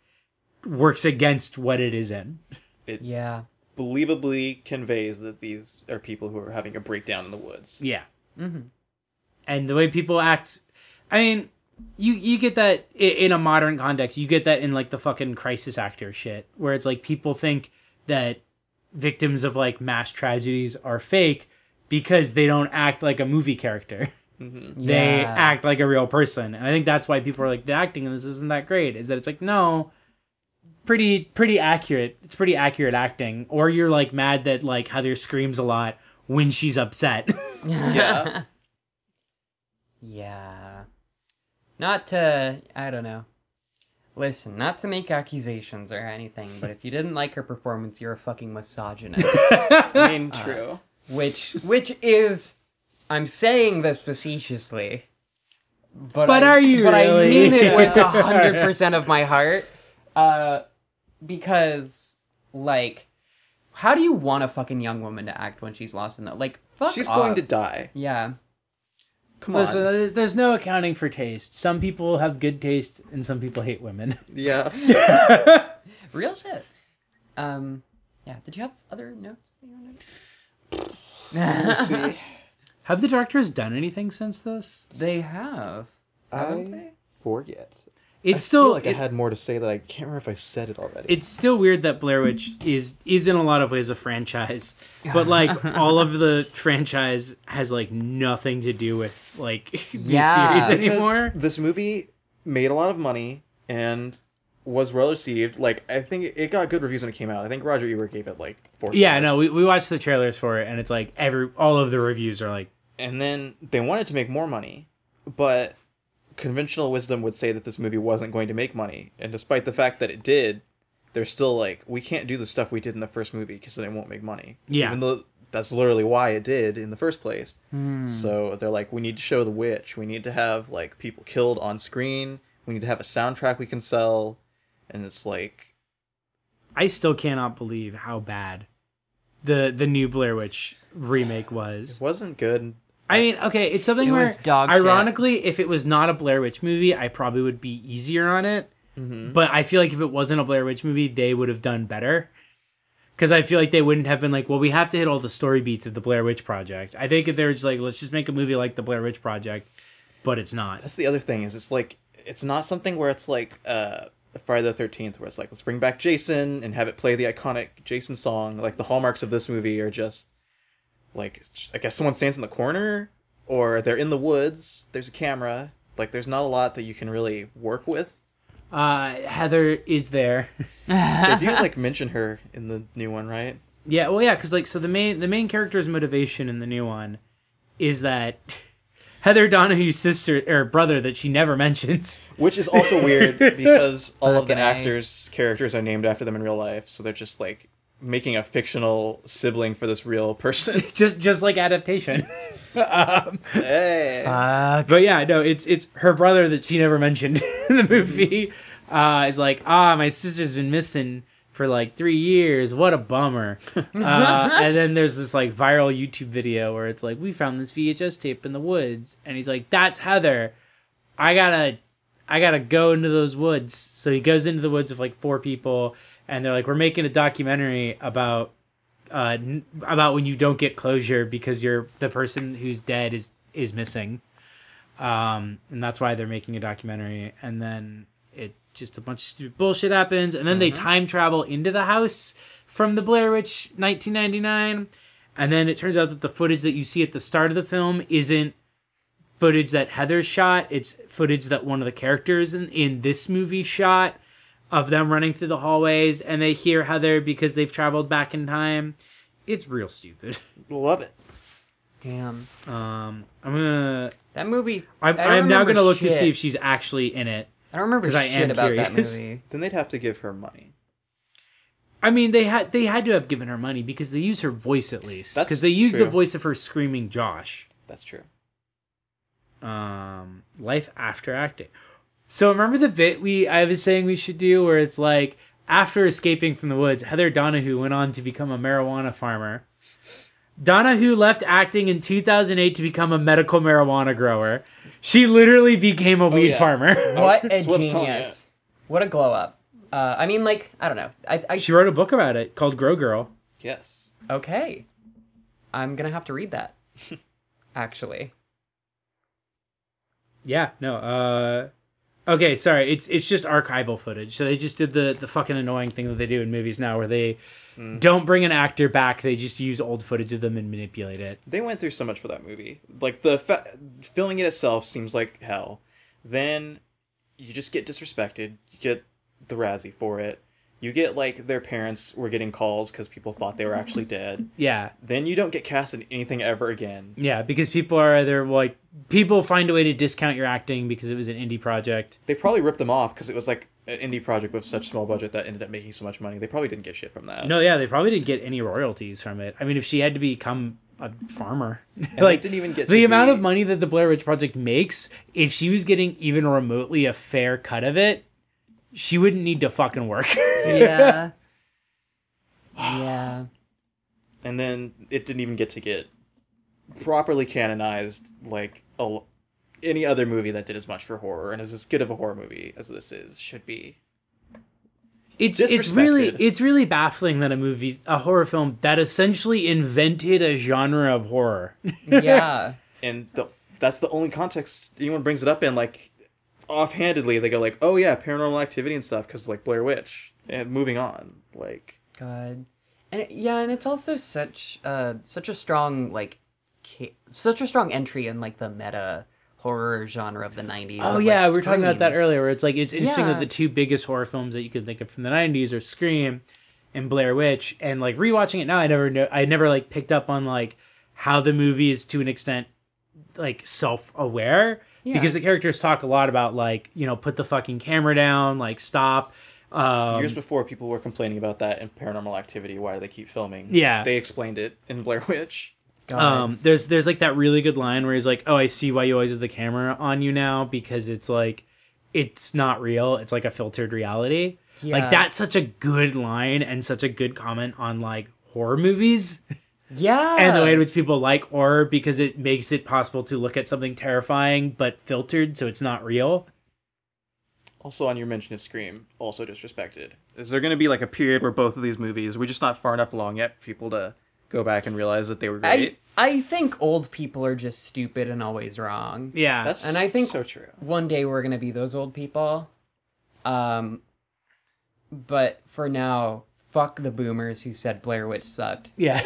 Speaker 1: works against what it is in.
Speaker 3: It
Speaker 2: Yeah.
Speaker 3: believably conveys that these are people who are having a breakdown in
Speaker 1: <laughs>
Speaker 3: the woods.
Speaker 1: Yeah. And the way people act, I mean, you you get that i- in a modern context. You get that in like the fucking crisis actor shit, where it's like people think that victims of like mass tragedies are fake because they don't act like a movie character. <laughs> they
Speaker 2: Yeah.
Speaker 1: act like a real person and i think that's why people are like the acting in this isn't that great is that it's like no pretty pretty accurate it's pretty accurate acting or you're like mad that like heather screams a lot when she's upset <laughs>
Speaker 3: Yeah.
Speaker 2: <laughs> Yeah. Not to, I don't know. Listen, not to make accusations or anything, but if you didn't like her performance, you're a fucking misogynist.
Speaker 1: Ah.
Speaker 3: I mean, true.
Speaker 2: which, which is, I'm saying this facetiously, but
Speaker 1: But
Speaker 2: I,
Speaker 1: are you
Speaker 2: But I
Speaker 1: really?
Speaker 2: mean
Speaker 1: <laughs>
Speaker 2: it with a
Speaker 1: Yeah.
Speaker 2: hundred percent of my heart, uh, because like, how do you want a fucking young woman to act when she's lost in the like? Fuck
Speaker 3: She's
Speaker 2: off.
Speaker 3: going to die.
Speaker 2: Yeah.
Speaker 3: Come on.
Speaker 1: Listen, there's, there's no accounting for taste some people have good taste and some people hate women <laughs>
Speaker 3: Yeah.
Speaker 2: Real shit. Um, yeah. Did you have other notes that you wanted?
Speaker 3: Let's see.
Speaker 1: have the directors done anything since this
Speaker 2: They have. Haven't
Speaker 3: I
Speaker 2: they?
Speaker 3: forget.
Speaker 1: it's
Speaker 3: I
Speaker 1: still
Speaker 3: feel like I
Speaker 1: it-
Speaker 3: had more to say that I can't remember if I said it already.
Speaker 1: it's still weird that Blair Witch is is in a lot of ways a franchise, but
Speaker 3: <laughs>
Speaker 1: like all of the franchise has like nothing to do with like <laughs> these
Speaker 2: Yeah.
Speaker 1: series
Speaker 3: Because
Speaker 1: anymore.
Speaker 3: This movie made a lot of money and was well received. Like I think it got good reviews when it came out. I think Roger Ebert gave it like four.
Speaker 1: Yeah,
Speaker 3: stars.
Speaker 1: no, we, we watched the trailers for it, and it's like every all of the reviews are like,
Speaker 3: And then they wanted to make more money, but conventional wisdom would say that this movie wasn't going to make money. And despite the fact that it did, they're still like, we can't do the stuff we did in the first movie because then it won't make money.
Speaker 1: Yeah.
Speaker 3: Even though that's literally why it did in the first place. So they're like, we need to show the witch. We need to have like people killed on screen. We need to have a soundtrack we can sell. And it's like,
Speaker 1: I still cannot believe how bad the the new Blair Witch remake was.
Speaker 3: it wasn't good.
Speaker 1: I mean, okay, it's something
Speaker 2: It
Speaker 1: where,
Speaker 2: was dog shit.
Speaker 1: ironically, if it was not a Blair Witch movie, I probably would be easier on it.
Speaker 2: Mm-hmm.
Speaker 1: But I feel like if it wasn't a Blair Witch movie, they would have done better. Because I feel like they wouldn't have been like, well, we have to hit all the story beats of the Blair Witch Project. I think if they were just like, let's just make a movie like the Blair Witch Project, but it's not.
Speaker 3: That's the other thing is it's like it's not something where it's like uh Friday the Thirteenth where it's like let's bring back Jason and have it play the iconic Jason song. Like the hallmarks of this movie are just like I guess someone stands in the corner or they're in the woods. There's a camera. Like there's not a lot that you can really work with.
Speaker 1: Uh, Heather is there. <laughs>
Speaker 3: They do
Speaker 2: <laughs>
Speaker 3: like mention her in the new one, right?
Speaker 1: Yeah, well, yeah, because like, so the main the main character's motivation in the new one is that <laughs> Heather Donahue's sister or brother that she never <laughs> mentions.
Speaker 3: Which is
Speaker 2: <laughs>
Speaker 3: also weird because all of the
Speaker 2: Fucking A.
Speaker 3: actors' characters are named after them in real life, so they're just like making a fictional sibling for this real person.
Speaker 1: <laughs> just just like adaptation. um,
Speaker 3: hey.
Speaker 2: Fuck.
Speaker 1: but yeah, no, it's it's her brother that she never mentioned <laughs> in the movie. Uh, is like, ah, my sister's been missing for like three years. What a bummer. Uh, and then there's this like viral YouTube video where it's like, we found this VHS tape in the woods, and he's like, that's Heather. I gotta I gotta go into those woods. So he goes into the woods with like four people, and they're like, "We're making a documentary about uh, n- about when you don't get closure because you're the person who's dead is is missing," um, and that's why they're making a documentary. And then it just a bunch of stupid bullshit happens, and then they
Speaker 2: Mm-hmm.
Speaker 1: time travel into the house from the Blair Witch 1999, and then it turns out that the footage that you see at the start of the film isn't footage that Heather shot. It's footage that one of the characters in, in this movie shot. of them running through the hallways and they hear Heather because they've traveled back in time. It's real stupid. <laughs>
Speaker 3: Love it.
Speaker 2: Damn.
Speaker 1: Um, I'm gonna.
Speaker 2: That movie.
Speaker 1: I'm,
Speaker 2: I don't
Speaker 1: I'm now
Speaker 2: remember
Speaker 1: gonna look
Speaker 2: shit.
Speaker 1: to see if she's actually in it.
Speaker 2: I don't remember
Speaker 1: 'cause
Speaker 2: shit
Speaker 1: I am
Speaker 2: about that
Speaker 1: curious.
Speaker 2: movie.
Speaker 3: Then they'd have to give her money.
Speaker 1: I mean, they had they had to have given her money because they use her voice at least
Speaker 3: That's
Speaker 1: because they use the
Speaker 3: true.
Speaker 1: voice of her screaming Josh.
Speaker 3: That's true.
Speaker 1: um life after acting so remember the bit we i was saying we should do where it's like after escaping from the woods heather donahue went on to become a marijuana farmer donahue left acting in 2008 to become a medical marijuana grower she literally became a weed
Speaker 3: Oh, yeah.
Speaker 1: farmer <laughs>
Speaker 2: What a
Speaker 3: That's what I'm telling you.
Speaker 2: genius. What a glow up. Uh, I mean, like, I don't know. I, I
Speaker 1: she wrote a book about it called grow girl
Speaker 3: Yes.
Speaker 2: Okay. I'm going to have to
Speaker 1: <laughs>
Speaker 2: read that, actually.
Speaker 1: yeah no uh okay sorry it's it's just archival footage so they just did the the fucking annoying thing that they do in movies now where they don't bring an actor back they just use old footage of them and manipulate it
Speaker 3: They went through so much for that movie. Like the fa- filming it itself seems like hell. Then you just get disrespected. You get the Razzie for it. You get like their parents were getting calls because people thought they were actually dead.
Speaker 1: yeah
Speaker 3: Then you don't get cast in anything ever again.
Speaker 1: yeah because people are either like people find a way to discount your acting because it was an indie project
Speaker 3: They probably ripped them off because it was like an indie project with such small budget that ended up making so much money. They probably didn't get shit from that.
Speaker 1: no yeah they probably didn't get any royalties from it i mean if she had to become a farmer <laughs>
Speaker 3: and
Speaker 1: like
Speaker 3: they didn't even get
Speaker 1: the
Speaker 3: to
Speaker 1: amount
Speaker 3: be-
Speaker 1: of money that the blair witch project makes if she was getting even remotely a fair cut of it she wouldn't need to fucking work <laughs>
Speaker 2: Yeah. <laughs> yeah.
Speaker 3: and then it didn't even get to get properly canonized like a, any other movie that did as much for horror and is as good of a horror movie as this is should be.
Speaker 1: it's it's really
Speaker 3: Disrespected.
Speaker 1: it's really baffling that a movie a horror film that essentially invented a genre of horror
Speaker 2: Yeah.
Speaker 3: And the, that's the only context anyone brings it up in. Like offhandedly, they go like, "Oh yeah, Paranormal Activity and stuff," because like Blair Witch. And moving on, like
Speaker 2: God. And it- yeah, and it's also such uh such a strong like ca- such a strong entry in like the meta horror genre of the 90s.
Speaker 1: Oh
Speaker 2: of,
Speaker 1: yeah,
Speaker 2: like,
Speaker 1: we were talking about
Speaker 2: Scream.
Speaker 1: that earlier. Where it's like it's interesting
Speaker 2: Yeah.
Speaker 1: that the two biggest horror films that you could think of from the '90s are Scream and Blair Witch. And like rewatching it now, I never know. I never like picked up on like how the movie is to an extent like self-aware
Speaker 2: Yeah.
Speaker 1: because the characters talk a lot about like you know put the fucking camera down, like stop. Um,
Speaker 3: years before, people were complaining about that in Paranormal Activity. Why do they keep filming?
Speaker 1: Yeah.
Speaker 3: they explained it in Blair <laughs> Witch.
Speaker 2: God.
Speaker 1: um, there's there's like that really good line where he's like, "Oh, I see why you always have the camera on you now because it's like." It's not real. It's like a filtered reality.
Speaker 2: Yeah.
Speaker 1: Like that's such a good line and such a good comment on like horror movies
Speaker 2: Yeah.
Speaker 1: and the way in which people like horror because it makes it possible to look at something terrifying but filtered so it's not real.
Speaker 3: Also, on your mention of Scream, also disrespected. Is there going to be like a period where both of these movies we're just not far enough along yet for people to go back and realize that they were
Speaker 2: I
Speaker 3: great?
Speaker 2: I think old people are just stupid and always wrong.
Speaker 1: Yeah.
Speaker 3: That's
Speaker 2: and I think-
Speaker 3: so true.
Speaker 2: one day we're gonna be those old people. Um, but for now, fuck the boomers who said Blair Witch sucked
Speaker 3: <laughs>
Speaker 1: yeah.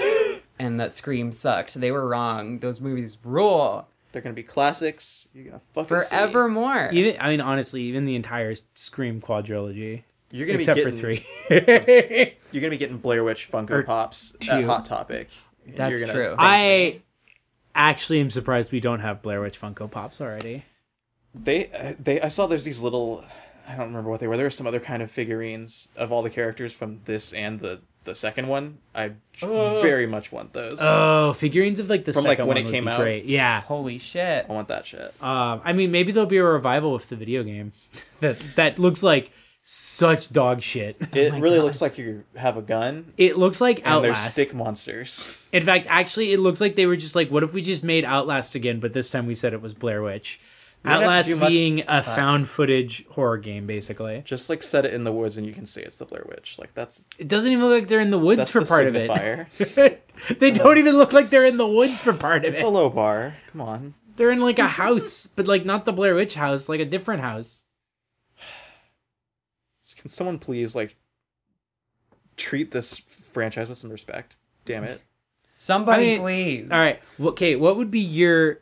Speaker 2: and that Scream sucked. They were wrong. Those movies rule
Speaker 3: They're going to be classics. You're going to fucking see.
Speaker 2: forevermore.
Speaker 1: even I mean honestly, even the entire Scream quadrilogy
Speaker 3: You're going to be
Speaker 1: except
Speaker 3: getting,
Speaker 1: for
Speaker 3: <laughs>
Speaker 1: 3.
Speaker 3: You're going to be getting Blair Witch Funko Pops at
Speaker 1: two.
Speaker 3: Hot Topic. and
Speaker 2: That's
Speaker 3: you're gonna
Speaker 2: true.
Speaker 3: think-
Speaker 1: I actually am surprised we don't have Blair Witch Funko Pops already.
Speaker 3: they uh, they I saw there's these little I don't remember what they were. There were some other kind of figurines of all the characters from this and the the second one. I very much want those.
Speaker 1: Oh, figurines of like the
Speaker 3: From, like,
Speaker 1: second one
Speaker 3: when it
Speaker 1: would
Speaker 3: came
Speaker 1: be
Speaker 3: out?
Speaker 1: Great. Yeah.
Speaker 2: Holy shit!
Speaker 3: I want that shit.
Speaker 1: Um, I mean, maybe there'll be a revival with the video game <laughs> that that looks like such dog shit.
Speaker 3: It
Speaker 2: my
Speaker 3: really
Speaker 2: God.
Speaker 3: looks like you have a gun
Speaker 1: It looks like
Speaker 3: and there's
Speaker 1: Outlast.
Speaker 3: stick monsters. <laughs>
Speaker 1: In fact, actually, it looks like they were just like, "What if we just made Outlast again?" But this time we said it was Blair Witch.
Speaker 3: don't have to
Speaker 1: Outlast
Speaker 3: do much-
Speaker 1: being a found footage horror game, basically.
Speaker 3: Just like set it in the woods and you can see it's the Blair Witch. Like that's
Speaker 1: It doesn't even look like they're in the woods
Speaker 3: that's
Speaker 1: for
Speaker 3: the
Speaker 1: part of it.
Speaker 3: signifier.
Speaker 1: <laughs> they don't even look like they're in the woods for part of
Speaker 3: it's
Speaker 1: it.
Speaker 3: a low bar. Come on.
Speaker 1: They're in like a house, but like not the Blair Witch house, like a different house.
Speaker 3: Can someone please like treat this franchise with some respect? Damn it.
Speaker 2: Somebody
Speaker 1: I mean-
Speaker 2: please.
Speaker 1: All right. Well, Okay. What would be your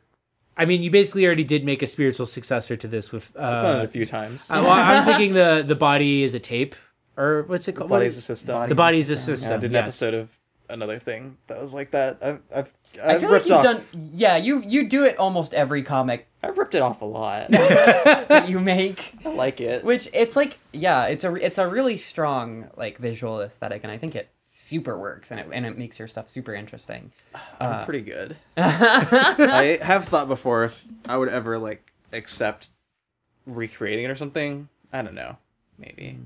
Speaker 1: I mean, you basically already did make a spiritual successor to this with. Uh,
Speaker 3: I've done it a few times.
Speaker 1: I, well, I was thinking the the body is a tape, or what's it called? What
Speaker 3: Body
Speaker 1: is-
Speaker 3: is a system.
Speaker 1: the body is a system.
Speaker 3: Yeah, I did an
Speaker 1: yes.
Speaker 3: episode of another thing that was like that. I've I've,
Speaker 2: I
Speaker 3: I've
Speaker 2: feel like
Speaker 3: ripped
Speaker 2: you've
Speaker 3: off.
Speaker 2: done. Yeah, you you do it almost every comic
Speaker 3: I've ripped it off a lot. <laughs>
Speaker 2: that you make.
Speaker 3: I like it.
Speaker 2: Which it's like, yeah, it's a it's a really strong like visual aesthetic, and I think it super works, and it and it makes your stuff super interesting.
Speaker 3: I'm pretty good.
Speaker 2: yeah,
Speaker 3: Uh, <laughs> I have thought before if I would ever like accept recreating it or something. I don't know. Maybe.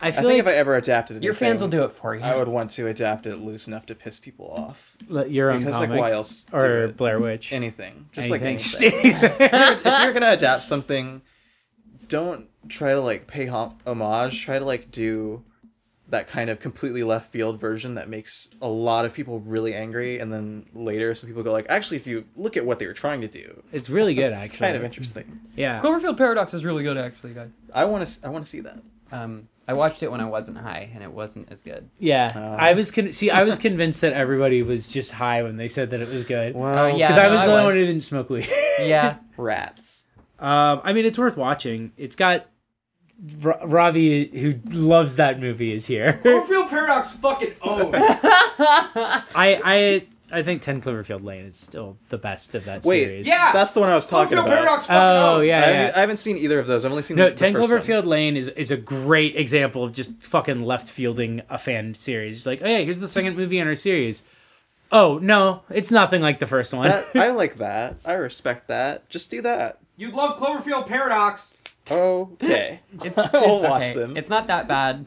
Speaker 1: I
Speaker 3: I,
Speaker 1: feel
Speaker 3: think
Speaker 1: like
Speaker 3: if I ever adapted,
Speaker 2: your fans will do it for you.
Speaker 3: I would want to adapt it loose enough to piss people off.
Speaker 1: le- your own
Speaker 3: Because like,
Speaker 1: comic
Speaker 3: why else? do
Speaker 1: or
Speaker 3: <laughs> it?
Speaker 1: Blair Witch.
Speaker 3: anything, just like
Speaker 1: Anything.
Speaker 3: anything.
Speaker 1: <laughs>
Speaker 3: if you're gonna adapt something, don't try to like pay hom- homage. Try to like do that kind of completely left field version that makes a lot of people really angry, and then later some people go like, actually, if you look at what they were trying to do,
Speaker 1: it's really good,
Speaker 3: it's
Speaker 1: actually.
Speaker 3: kind of interesting.
Speaker 1: yeah.
Speaker 2: Cloverfield Paradox is really good, actually, guys.
Speaker 3: I want to, I want to see that.
Speaker 2: Um, I watched it when I wasn't high, and it wasn't as good.
Speaker 1: Yeah,
Speaker 3: Oh.
Speaker 1: I was con- see. I was convinced that everybody was just high when they said that it was good.
Speaker 3: Well,
Speaker 2: Oh, yeah.
Speaker 1: Because I
Speaker 2: no,
Speaker 1: was
Speaker 2: I
Speaker 1: the only
Speaker 2: was.
Speaker 1: one who didn't smoke weed.
Speaker 2: <laughs> Yeah,
Speaker 3: rats.
Speaker 1: um, I mean, it's worth watching. It's got R- Ravi, who loves that movie, is here. <laughs>
Speaker 4: Cloverfield Paradox fucking
Speaker 3: <laughs>
Speaker 4: owns.
Speaker 1: I I I think Ten Cloverfield Lane is still the best of that
Speaker 3: Wait,
Speaker 1: series.
Speaker 4: Yeah.
Speaker 3: that's the one I was talking
Speaker 4: Cloverfield
Speaker 3: about.
Speaker 4: Paradox fucking
Speaker 1: Oh,
Speaker 4: owns.
Speaker 1: yeah.
Speaker 3: I, haven't, I haven't seen either of those. I've only seen
Speaker 1: No,
Speaker 3: the
Speaker 1: Ten
Speaker 3: first one.
Speaker 1: Cloverfield Lane is, is a great example of just fucking left fielding a fan series. Just like, oh yeah, here's the second movie in our series. Oh no, it's nothing like the first one.
Speaker 3: <laughs>
Speaker 1: <laughs>
Speaker 3: That, I like that. I respect that. Just do that.
Speaker 4: You'd love Cloverfield Paradox.
Speaker 1: <laughs>
Speaker 3: Okay. <laughs> <laughs> I'll
Speaker 2: It's
Speaker 3: watch
Speaker 2: okay.
Speaker 3: them.
Speaker 2: It's not that bad.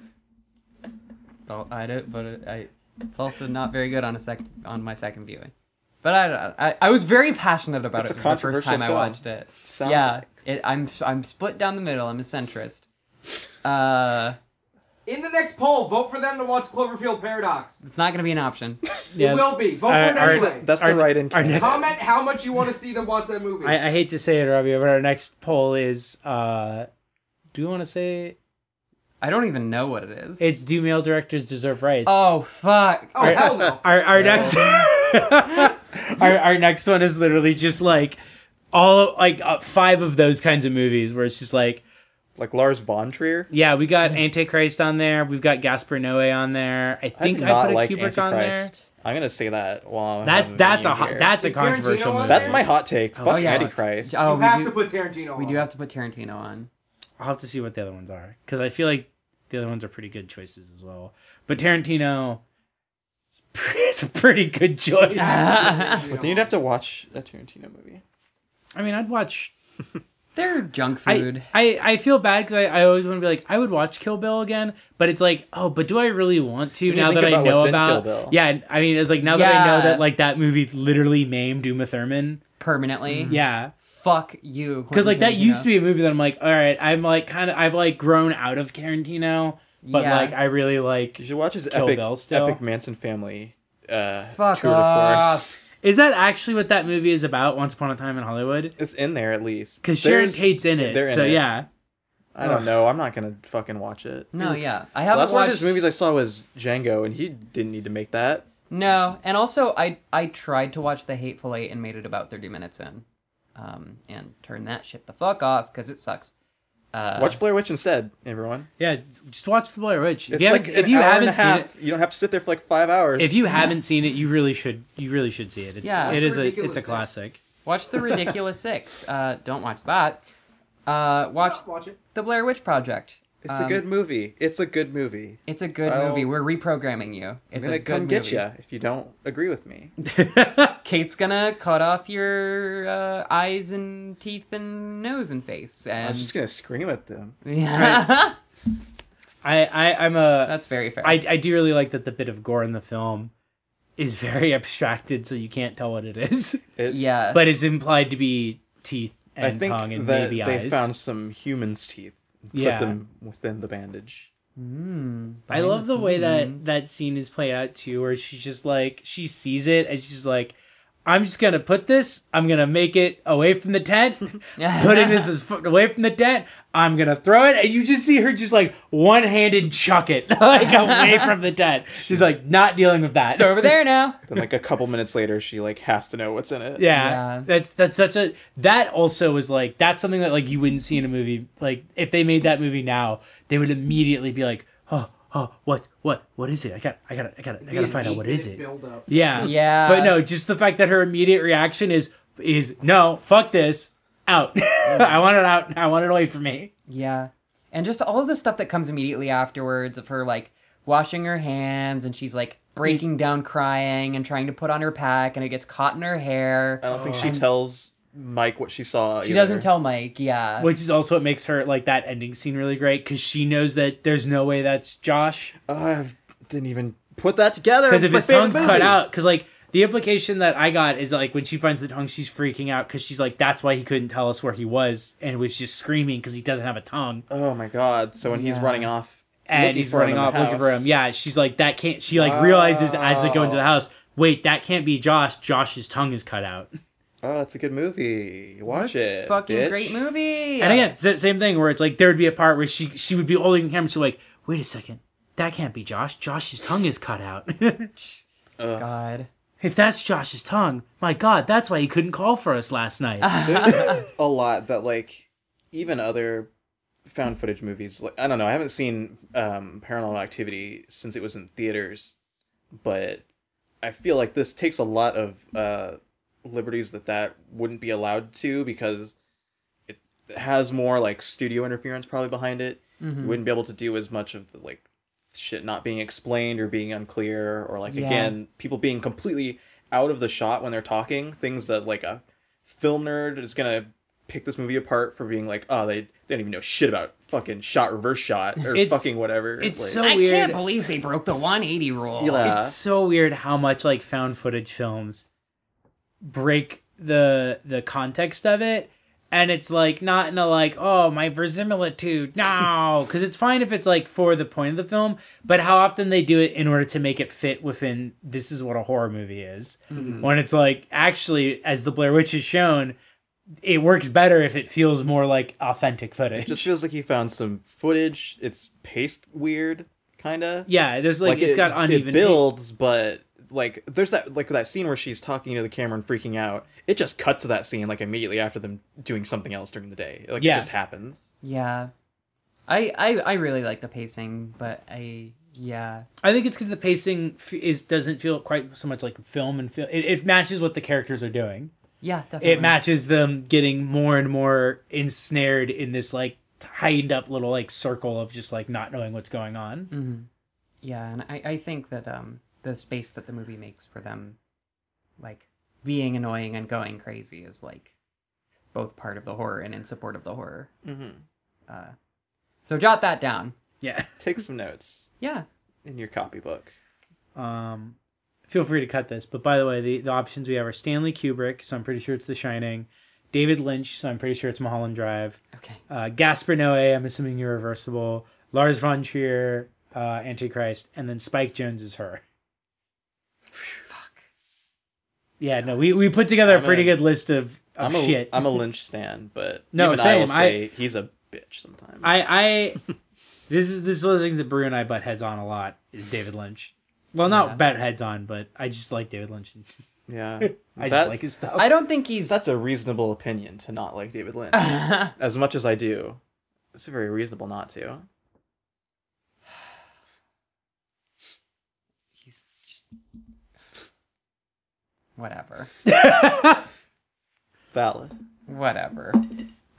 Speaker 2: Well, I don't, but it, I, it's also not very good on a sec on my second viewing. But I, I, I was very passionate about
Speaker 3: It's
Speaker 2: it
Speaker 3: a
Speaker 2: for the first
Speaker 3: controversial
Speaker 2: time I
Speaker 3: film.
Speaker 2: watched it.
Speaker 3: Sounds
Speaker 2: yeah,
Speaker 3: like-
Speaker 2: it, I'm s- I'm split down the middle. I'm a centrist. Uh,
Speaker 4: In the next poll, vote for them to watch Cloverfield Paradox.
Speaker 2: it's not gonna be an option.
Speaker 1: Yeah.
Speaker 4: It will be. Vote
Speaker 1: All
Speaker 4: for it
Speaker 1: right, all
Speaker 4: anyway.
Speaker 1: right.
Speaker 3: That's
Speaker 1: Our-
Speaker 3: the right in.
Speaker 1: our next-
Speaker 4: Comment how much you want to see them watch that movie.
Speaker 1: I, I hate to say it, Robbie, but our next poll is uh do you want to say
Speaker 2: I don't even know what it is.
Speaker 1: it's do male directors deserve rights?
Speaker 2: oh fuck.
Speaker 4: oh
Speaker 1: <laughs>
Speaker 4: hell no.
Speaker 1: Our our next our, our next one is literally just like all like uh, five of those kinds of movies where it's just like
Speaker 3: like Lars von Trier.
Speaker 1: yeah, we got Antichrist on there. We've got Gaspar Noé on there. I
Speaker 3: Mm-hmm. I
Speaker 1: think
Speaker 3: do
Speaker 1: I,
Speaker 3: not
Speaker 1: put a
Speaker 3: like
Speaker 1: Kubrick on there.
Speaker 3: Antichrist. I'm gonna say that while I'm having
Speaker 1: That that's a
Speaker 3: you
Speaker 1: hot,
Speaker 3: here.
Speaker 1: that's a
Speaker 4: Is Tarantino
Speaker 1: controversial
Speaker 4: on
Speaker 1: movie.
Speaker 4: there?
Speaker 3: that's my hot take. Fuck
Speaker 2: yeah.
Speaker 3: Antichrist.
Speaker 1: Uh,
Speaker 2: Oh,
Speaker 4: you
Speaker 2: we
Speaker 4: have
Speaker 2: do-
Speaker 4: to put Tarantino.
Speaker 2: We
Speaker 4: on.
Speaker 2: do
Speaker 4: <laughs>
Speaker 2: have to put Tarantino on.
Speaker 1: I'll have to see what the other ones are because I feel like the other ones are pretty good choices as well. But Tarantino is pre- is <laughs> a pretty good choice. I <laughs>
Speaker 4: Tarantino.
Speaker 3: But then you'd have to watch a Tarantino movie.
Speaker 1: mean, I'd watch.
Speaker 2: They're junk
Speaker 1: I,
Speaker 2: food.
Speaker 1: I I feel bad because I, I always want to be like I would watch Kill Bill again, but it's like oh, but do I really want to
Speaker 3: need to
Speaker 1: now that
Speaker 3: think
Speaker 1: I
Speaker 3: about
Speaker 1: know
Speaker 3: what's in
Speaker 1: about?
Speaker 3: Kill Bill.
Speaker 1: Yeah, and- I mean, it's like now that I know
Speaker 2: Yeah.
Speaker 1: that like that movie literally maimed Uma Thurman.
Speaker 2: Permanently.
Speaker 3: Mm-hmm.
Speaker 1: Yeah,
Speaker 2: Fuck you.
Speaker 1: because Mm-hmm. like that
Speaker 2: Quentin
Speaker 1: used to
Speaker 2: Tarantino.
Speaker 1: be a movie that I'm like, all right, I'm like kind of I've like grown out of Tarantino, but
Speaker 2: Yeah.
Speaker 1: like I really like
Speaker 3: You should watch his
Speaker 1: Kill
Speaker 3: epic
Speaker 1: Bill still.
Speaker 3: epic Manson family uh,
Speaker 2: Fuck
Speaker 3: tour de force.
Speaker 2: off.
Speaker 1: Is that actually what that movie is about? Once upon a time in Hollywood,
Speaker 3: It's in there at least.
Speaker 1: because Sharon
Speaker 3: There's-
Speaker 1: Tate's in it.
Speaker 3: they're in
Speaker 1: so
Speaker 3: it.
Speaker 1: yeah,
Speaker 3: I don't know. I'm not gonna fucking watch it.
Speaker 2: No,
Speaker 3: Oops.
Speaker 2: yeah, I
Speaker 3: Last
Speaker 2: haven't
Speaker 3: one of
Speaker 2: watched
Speaker 3: his movies I saw was Django, and he didn't need to make that.
Speaker 2: No, and also I I tried to watch The Hateful Eight and made it about thirty minutes in, um, and turn that shit the fuck off because it sucks. Uh,
Speaker 3: Watch Blair Witch instead, everyone.
Speaker 1: yeah. Just watch The Blair Witch. If
Speaker 3: It's
Speaker 1: you
Speaker 3: like
Speaker 1: haven't,
Speaker 3: an
Speaker 1: if you
Speaker 3: hour
Speaker 1: haven't
Speaker 3: and a half.
Speaker 1: seen it,
Speaker 3: You don't have to sit there for like five hours.
Speaker 1: if you haven't seen it, you really should. You really should see it. It's,
Speaker 2: Yeah.
Speaker 1: it is a it's
Speaker 4: Ridiculous
Speaker 1: a
Speaker 4: Six.
Speaker 1: classic.
Speaker 2: Watch The Ridiculous
Speaker 3: <laughs>
Speaker 2: Six. Uh, don't watch that. Uh, watch
Speaker 4: Just watch it.
Speaker 2: The Blair Witch Project.
Speaker 3: It's a
Speaker 2: Um,
Speaker 3: good movie. It's a good movie.
Speaker 2: It's a good
Speaker 3: I'll-
Speaker 2: movie. We're reprogramming you. It's
Speaker 3: I'm gonna
Speaker 2: a good
Speaker 3: come
Speaker 2: movie.
Speaker 3: get you if you don't agree with me.
Speaker 2: Kate's gonna cut off your uh, eyes and teeth and nose and face, and
Speaker 3: I'm just gonna scream at them.
Speaker 2: <laughs> yeah,
Speaker 1: I, I I'm a
Speaker 2: that's very fair.
Speaker 1: I I do really like that the bit of gore in the film is very <laughs> abstracted, so you can't tell what it is,
Speaker 3: It,
Speaker 2: yeah,
Speaker 1: but it's implied to be teeth
Speaker 3: I
Speaker 1: and
Speaker 3: think
Speaker 1: tongue and
Speaker 3: that
Speaker 1: maybe
Speaker 3: they
Speaker 1: eyes.
Speaker 3: found some humans' teeth. And
Speaker 1: Yeah.
Speaker 3: Put them within the bandage.
Speaker 2: Mm,
Speaker 1: I love the way
Speaker 2: behind
Speaker 1: that
Speaker 2: the scenes.
Speaker 1: that scene is played out too, where she's just like she sees it and she's like, I'm just gonna put this. I'm gonna make it away from the tent. <laughs> Putting this as f- away from the tent. I'm gonna throw it, and you just see her just like one handed chuck it <laughs> like away from the tent. She's like not dealing with that.
Speaker 2: It's over there now.
Speaker 3: Then like a couple minutes later, she like has to know what's in it.
Speaker 1: Yeah,
Speaker 2: Yeah.
Speaker 1: that's that's such a that also is like that's something that like you wouldn't see in a movie. Like if they made that movie now, they would immediately be like, oh, oh, what, what, what is it? I got, I got, to I got, to I got to find out what is it.
Speaker 4: Build up.
Speaker 1: Yeah,
Speaker 2: Yeah.
Speaker 1: But no, just the fact that her immediate reaction is is no, fuck this, out. <laughs> I want it out. I want it away from me.
Speaker 2: Yeah. And just all of the stuff that comes immediately afterwards of her like washing her hands and she's like
Speaker 1: Mm.
Speaker 2: breaking down crying and trying to put on her pack and it gets caught in her hair.
Speaker 1: Oh,
Speaker 3: I don't think she tells Mike what she saw.
Speaker 2: She doesn't tell Mike, yeah.
Speaker 1: Which is also what makes her like that ending scene really great because she knows that there's no way that's Josh.
Speaker 3: I didn't even put that together.
Speaker 1: because
Speaker 3: It's
Speaker 1: if
Speaker 3: my
Speaker 1: his tongue's
Speaker 3: favorite
Speaker 1: cut
Speaker 3: movie.
Speaker 1: out, because like the implication that I got is like when she finds the tongue, she's freaking out because she's like, that's why he couldn't tell us where he was and was just screaming because he doesn't have a tongue
Speaker 3: Oh my god! So when he's
Speaker 2: Yeah.
Speaker 3: running off,
Speaker 1: and
Speaker 3: looking
Speaker 1: he's
Speaker 3: for
Speaker 1: running
Speaker 3: him in the
Speaker 1: off looking for
Speaker 3: house.
Speaker 1: him. Yeah, she's like that can't. She like realizes as they go into the
Speaker 3: Wow.
Speaker 1: house. Wait, that can't be Josh. Josh's tongue is cut out.
Speaker 3: Oh, it's a good movie. Watch it.
Speaker 2: Fucking
Speaker 3: bitch.
Speaker 2: great movie. <laughs>
Speaker 1: And again, sa- same thing where it's like there would be a part where she she would be holding the camera. She's like, wait a second, that can't be Josh. Josh's tongue is cut out. <laughs>
Speaker 2: God.
Speaker 1: if that's Josh's tongue, my God, that's why he couldn't call for us last night.
Speaker 3: There's <laughs> a lot that like even other found footage movies. Like I don't know. I haven't seen um, Paranormal Activity since it was in theaters, but I feel like this takes a lot of uh, liberties that that wouldn't be allowed to because it has more like studio interference probably behind it.
Speaker 2: Mm-hmm.
Speaker 1: Hmm.
Speaker 3: You wouldn't be able to do as much of the like shit not being explained or being unclear or like
Speaker 2: Yeah.
Speaker 3: again people being completely out of the shot when they're talking things that like a film nerd is gonna pick this movie apart for being like oh they, they don't even know shit about fucking shot reverse shot or
Speaker 1: It's-
Speaker 3: fucking whatever
Speaker 1: it's
Speaker 3: like,
Speaker 1: so
Speaker 2: I
Speaker 1: weird.
Speaker 2: can't believe they broke the 180 rule.
Speaker 3: Yeah.
Speaker 1: it's so weird how much like found footage films break the the context of it and it's like not in a like oh my verisimilitude
Speaker 3: <laughs>
Speaker 1: no because it's fine if it's like for the point of the film but how often they do it in order to make it fit within this is what a horror movie is
Speaker 3: Mm-hmm.
Speaker 1: when it's like actually as the blair witch has shown it works better if it feels more like authentic footage
Speaker 3: it just feels like he found some footage it's paced weird kind of
Speaker 1: yeah there's like, it's
Speaker 3: it-
Speaker 1: got uneven
Speaker 3: it builds but like there's that like that scene where she's talking to the camera and freaking out it just cuts to that scene like immediately after them doing something else during the day like
Speaker 1: Yeah.
Speaker 3: it just happens
Speaker 2: Yeah. I, I I really like the pacing, but I yeah.
Speaker 1: I think it's because the pacing f- is doesn't feel quite so much like film and film. It, it matches what the characters are doing.
Speaker 2: Yeah, definitely.
Speaker 1: It matches them getting more and more ensnared in this like tightened up little like circle of just like not knowing what's going on.
Speaker 2: Mm-hmm. Yeah, and I, I think that um the space that the movie makes for them like being annoying and going crazy is like both part of the horror and in support of the horror.
Speaker 3: mm-hmm.
Speaker 2: Uh so jot that down.
Speaker 1: Yeah.
Speaker 3: take some notes
Speaker 2: Yeah.
Speaker 3: in your copybook
Speaker 1: <laughs> Um, feel free to cut this. But by the way, the, the options we have are Stanley Kubrick, so I'm pretty sure it's The Shining. David Lynch, so I'm pretty sure it's Mulholland Drive.
Speaker 2: Okay.
Speaker 1: uh, Gaspar Noé, I'm assuming Irreversible, Lars von Trier, uh, Antichrist, and then Spike Jones is her.
Speaker 2: Fuck.
Speaker 1: Yeah, no, we, we put together a
Speaker 3: I'm
Speaker 1: pretty
Speaker 3: a-
Speaker 1: good list of, of
Speaker 3: i'm a
Speaker 1: Oh, shit.
Speaker 3: am a lynch stan but
Speaker 1: <laughs> No,
Speaker 3: even i will
Speaker 1: same, I-
Speaker 3: say he's a bitch sometimes
Speaker 1: I, <laughs> I this is this is one of the things that Brew and I butt heads on a lot is David Lynch. Well, not
Speaker 2: Yeah.
Speaker 1: butt heads on, but I just like David Lynch.
Speaker 3: yeah
Speaker 1: I just
Speaker 3: That's-
Speaker 1: like his stuff.
Speaker 2: I don't think he's
Speaker 3: that's a reasonable opinion to not like david lynch
Speaker 1: Ah.
Speaker 3: as much as i do it's very reasonable not to
Speaker 2: he's just <laughs> whatever.
Speaker 3: valid
Speaker 2: Whatever.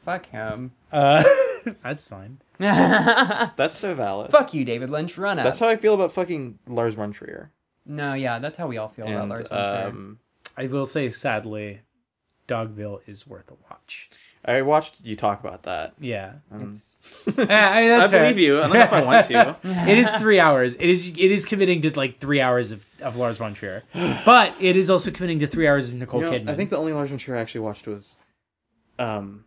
Speaker 2: Fuck him.
Speaker 1: <laughs>
Speaker 2: <laughs>
Speaker 1: uh, <laughs> that's fine. Ah.
Speaker 3: that's so valid
Speaker 2: Fuck you, David Lynch. Run up.
Speaker 3: that's how i feel about fucking lars von trier
Speaker 2: no, yeah, that's how we all feel about
Speaker 3: and
Speaker 2: Lars von Trier.
Speaker 3: um,
Speaker 1: I will say, sadly, Dogville is worth a watch.
Speaker 3: I watched you talk about that.
Speaker 1: Yeah,
Speaker 2: It's
Speaker 1: Eh, I, mean, that's
Speaker 3: I
Speaker 1: fair.
Speaker 3: believe you. I don't
Speaker 1: <laughs>
Speaker 3: know if I <laughs> want to.
Speaker 1: it is three hours. It is it is committing to like three hours of, of Lars von
Speaker 3: <gasps>
Speaker 1: Trier, but it is also committing to three hours of Nicole
Speaker 3: You know,
Speaker 1: Kidman.
Speaker 3: I think the only Lars von Trier I actually watched was, um,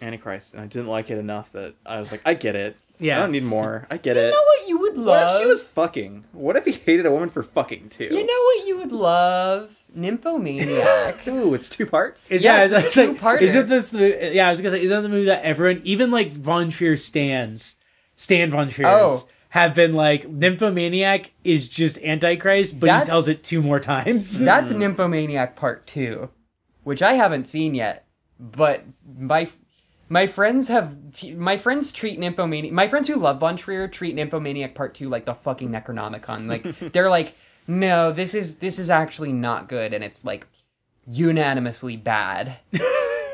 Speaker 3: Antichrist, and I didn't like it enough that I was like, I get it.
Speaker 1: Yeah.
Speaker 3: I don't need more. I get
Speaker 2: You
Speaker 3: it.
Speaker 2: know what you would
Speaker 3: what
Speaker 2: love?
Speaker 3: if she was fucking? What if he hated a woman for fucking too?
Speaker 2: You know what you would love? Nymphomaniac.
Speaker 3: Ooh, it's two parts.
Speaker 1: Is,
Speaker 2: Yeah,
Speaker 1: yeah,
Speaker 2: it's
Speaker 1: is-
Speaker 2: a
Speaker 1: it's like,
Speaker 2: two-parter.
Speaker 1: is it this? The, yeah, I was gonna say, is that the movie that everyone, even like Von Trier stands, Stan Von Trier's,
Speaker 2: Oh.
Speaker 1: have been like nymphomaniac is just antichrist, but
Speaker 2: That's-
Speaker 1: he tells it two more times. <laughs>
Speaker 2: That's Nymphomaniac Part Two, which I haven't seen yet. But my my friends have t- my friends treat Nymphomaniac. My friends who love Von Trier treat Nymphomaniac Part Two like the fucking Necronomicon. Like they're like, no, this is this is actually not good, and it's like unanimously bad.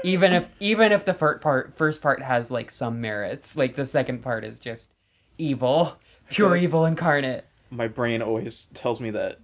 Speaker 2: even if even if the first part first part has like some merits, like the second part is just evil, pure evil incarnate. <laughs>
Speaker 3: My brain always tells me that.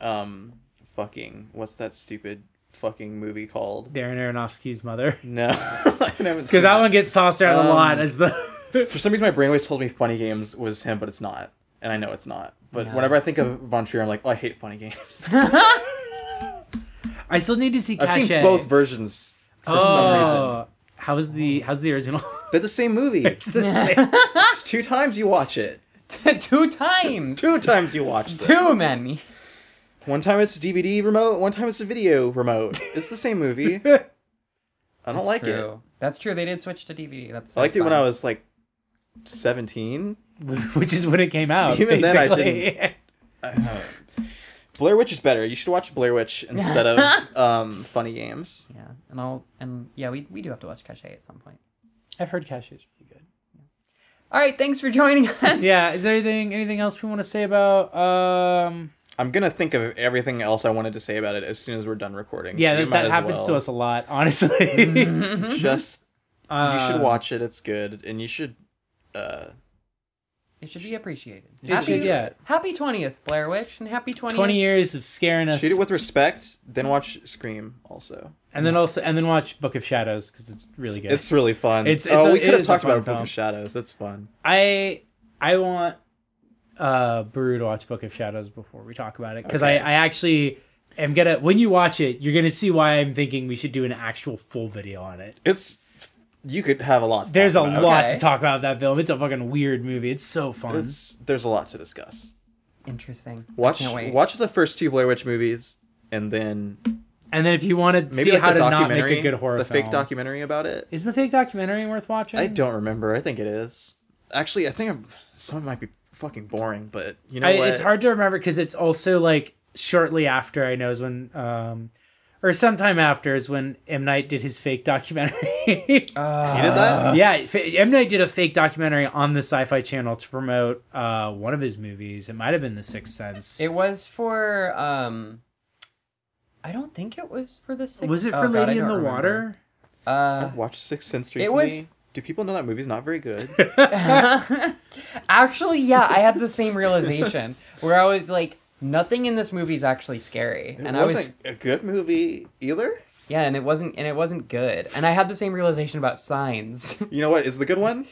Speaker 3: Um, fucking what's that stupid fucking movie called?
Speaker 1: Darren Aronofsky's
Speaker 3: <laughs>
Speaker 1: mother,
Speaker 3: No, because
Speaker 1: because that one gets tossed around a
Speaker 3: Um,
Speaker 1: lot as the.
Speaker 3: <laughs> For some reason, my brain always told me Funny Games was him, but it's not, and I know it's not. But
Speaker 2: No.
Speaker 3: whenever I think of Von Trier, I'm like, oh, I hate Funny Games.
Speaker 1: I still need to see.
Speaker 3: I've
Speaker 1: Cachet.
Speaker 3: seen both versions for some reason.
Speaker 1: Oh, how's the how's the
Speaker 3: <laughs>
Speaker 1: original?
Speaker 3: They're the same movie.
Speaker 1: it's the same.
Speaker 3: It's two times you watch it.
Speaker 2: Two times,
Speaker 3: Two times you watch it.
Speaker 2: too many.
Speaker 3: One time it's a DVD remote. One time it's a video remote. It's the same <laughs> movie. I don't like it.
Speaker 2: true. That's true. They did switch to DVD. That's
Speaker 3: I liked it when I
Speaker 2: fun.
Speaker 3: was like 17.
Speaker 1: <laughs> which is when it came out.
Speaker 3: Even then, I
Speaker 1: basically. <laughs>
Speaker 3: Blair Witch is better. You should watch
Speaker 1: <laughs>
Speaker 3: Blair Witch instead of um, Funny Games.
Speaker 2: Yeah, and I'll and yeah, we we do have to watch Cachet at some point.
Speaker 1: I've heard Cachet's pretty good.
Speaker 2: All right, thanks for joining us.
Speaker 3: <laughs>
Speaker 1: Yeah, is there anything anything else we want to say about? um
Speaker 3: I'm gonna think of everything else I wanted to say about it as soon as we're done recording.
Speaker 1: Yeah,
Speaker 3: so you
Speaker 1: that,
Speaker 3: might
Speaker 1: that
Speaker 3: as
Speaker 1: happens to
Speaker 3: well.
Speaker 1: us a lot, <laughs> honestly.
Speaker 3: Just you
Speaker 1: Mm-hmm. Uh,
Speaker 3: should watch it. It's good, and you should. Uh,
Speaker 2: It should be appreciated.
Speaker 3: you
Speaker 2: Happy
Speaker 3: should-
Speaker 1: yeah.
Speaker 2: Happy twentieth, Blair Witch, and happy twentieth.
Speaker 1: Twenty years of scaring us,
Speaker 3: Treat it with respect. Then watch Scream. Also,
Speaker 1: and then also and then watch Book of Shadows because it's really good.
Speaker 3: it's really fun.
Speaker 1: It's- it's
Speaker 3: oh,
Speaker 1: a-
Speaker 3: we
Speaker 1: it
Speaker 3: could have
Speaker 1: is a
Speaker 3: talked about
Speaker 1: fun
Speaker 3: a Book
Speaker 1: film.
Speaker 3: of Shadows. That's fun.
Speaker 1: I I want uh Brew to watch Book of Shadows before we talk about it because
Speaker 3: Okay.
Speaker 1: I I actually am gonna when you watch it you're gonna see why I'm thinking we should do an actual full video on it.
Speaker 3: It's you could have a lot. To
Speaker 1: There's a
Speaker 3: talk about.
Speaker 1: lot
Speaker 2: Okay.
Speaker 1: to talk about that film. It's a fucking weird movie. It's so fun.
Speaker 3: It's, there's a lot to discuss.
Speaker 2: Interesting.
Speaker 3: Watch
Speaker 2: I can't wait.
Speaker 3: watch the first two Blair Witch movies, and then
Speaker 1: and then if you want to
Speaker 3: maybe
Speaker 1: see
Speaker 3: like
Speaker 1: how
Speaker 3: the
Speaker 1: to not
Speaker 3: documentary,
Speaker 1: make a good horror
Speaker 3: the
Speaker 1: film,
Speaker 3: fake documentary about it.
Speaker 1: is the fake documentary worth watching?
Speaker 3: I don't remember. I think it is. Actually, I think I'm, some might be fucking boring, but you know
Speaker 1: I,
Speaker 3: what?
Speaker 1: it's hard to remember because it's also like shortly after I know is when, um, or sometime after is when M Night did his fake documentary. <laughs>
Speaker 3: You did that?
Speaker 1: yeah, fa- M Night did a fake documentary on the Sci-Fi Channel to promote uh, one of his movies. It might have been The Sixth Sense.
Speaker 2: It was for um. I don't think it was for the six.
Speaker 1: was it
Speaker 2: oh,
Speaker 1: for
Speaker 2: God, I
Speaker 1: Lady in
Speaker 2: don't
Speaker 1: the
Speaker 2: remember.
Speaker 1: Water?
Speaker 3: <laughs>
Speaker 2: Uh,
Speaker 3: Watch Sixth Sense recently.
Speaker 2: It was-
Speaker 3: Do people know that movie's not very
Speaker 1: <laughs>
Speaker 3: good?
Speaker 2: Uh, <laughs> actually, yeah, I had the same realization where I was like, nothing in this movie is actually scary,
Speaker 3: It
Speaker 2: and I was
Speaker 3: wasn't a good movie either.
Speaker 2: Yeah, and it wasn't and it wasn't good. And I had the same realization about signs. <laughs>
Speaker 3: You know what is the good one?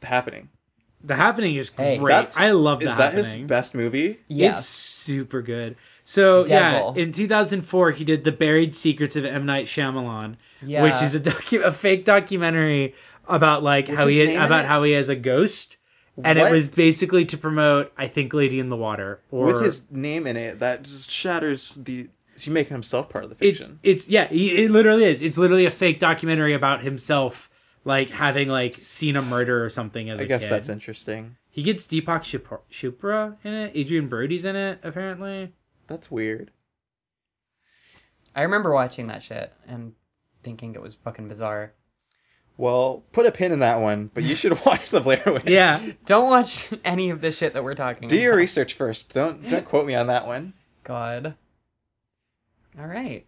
Speaker 3: The Happening.
Speaker 1: The Happening is
Speaker 2: Hey.
Speaker 1: great. I love The
Speaker 3: Is that
Speaker 1: Happening.
Speaker 3: his best movie?
Speaker 1: It's
Speaker 2: yes.
Speaker 1: super good. So
Speaker 2: Devil.
Speaker 1: yeah, in 2004 he did The Buried Secrets of M Night Shyamalan,
Speaker 2: Yeah.
Speaker 1: which is a docu- a fake documentary about like how
Speaker 3: his
Speaker 1: he
Speaker 3: name in
Speaker 1: about
Speaker 3: it?
Speaker 1: how he has a ghost. And it
Speaker 3: What?
Speaker 1: was basically to promote, I think, Lady in the Water. Or
Speaker 3: With his name in it, that just shatters the. Is he making himself part of the
Speaker 1: it's
Speaker 3: fiction?
Speaker 1: it's yeah, he, it literally is. It's literally a fake documentary about himself, like having like seen a murder or something as a
Speaker 3: I guess
Speaker 1: kid.
Speaker 3: that's interesting.
Speaker 1: He gets Deepak Chopra- Chopra in it. Adrian Brody's in it apparently.
Speaker 3: That's weird.
Speaker 2: I remember watching that shit and thinking it was fucking bizarre.
Speaker 3: Well, put a pin in that one, but you should <laughs> watch the Blair Witch.
Speaker 1: Yeah,
Speaker 2: Don't watch <laughs> any of the shit that we're talking
Speaker 3: Do your
Speaker 2: about.
Speaker 3: research first. Don't don't quote me on that one.
Speaker 2: God. All right.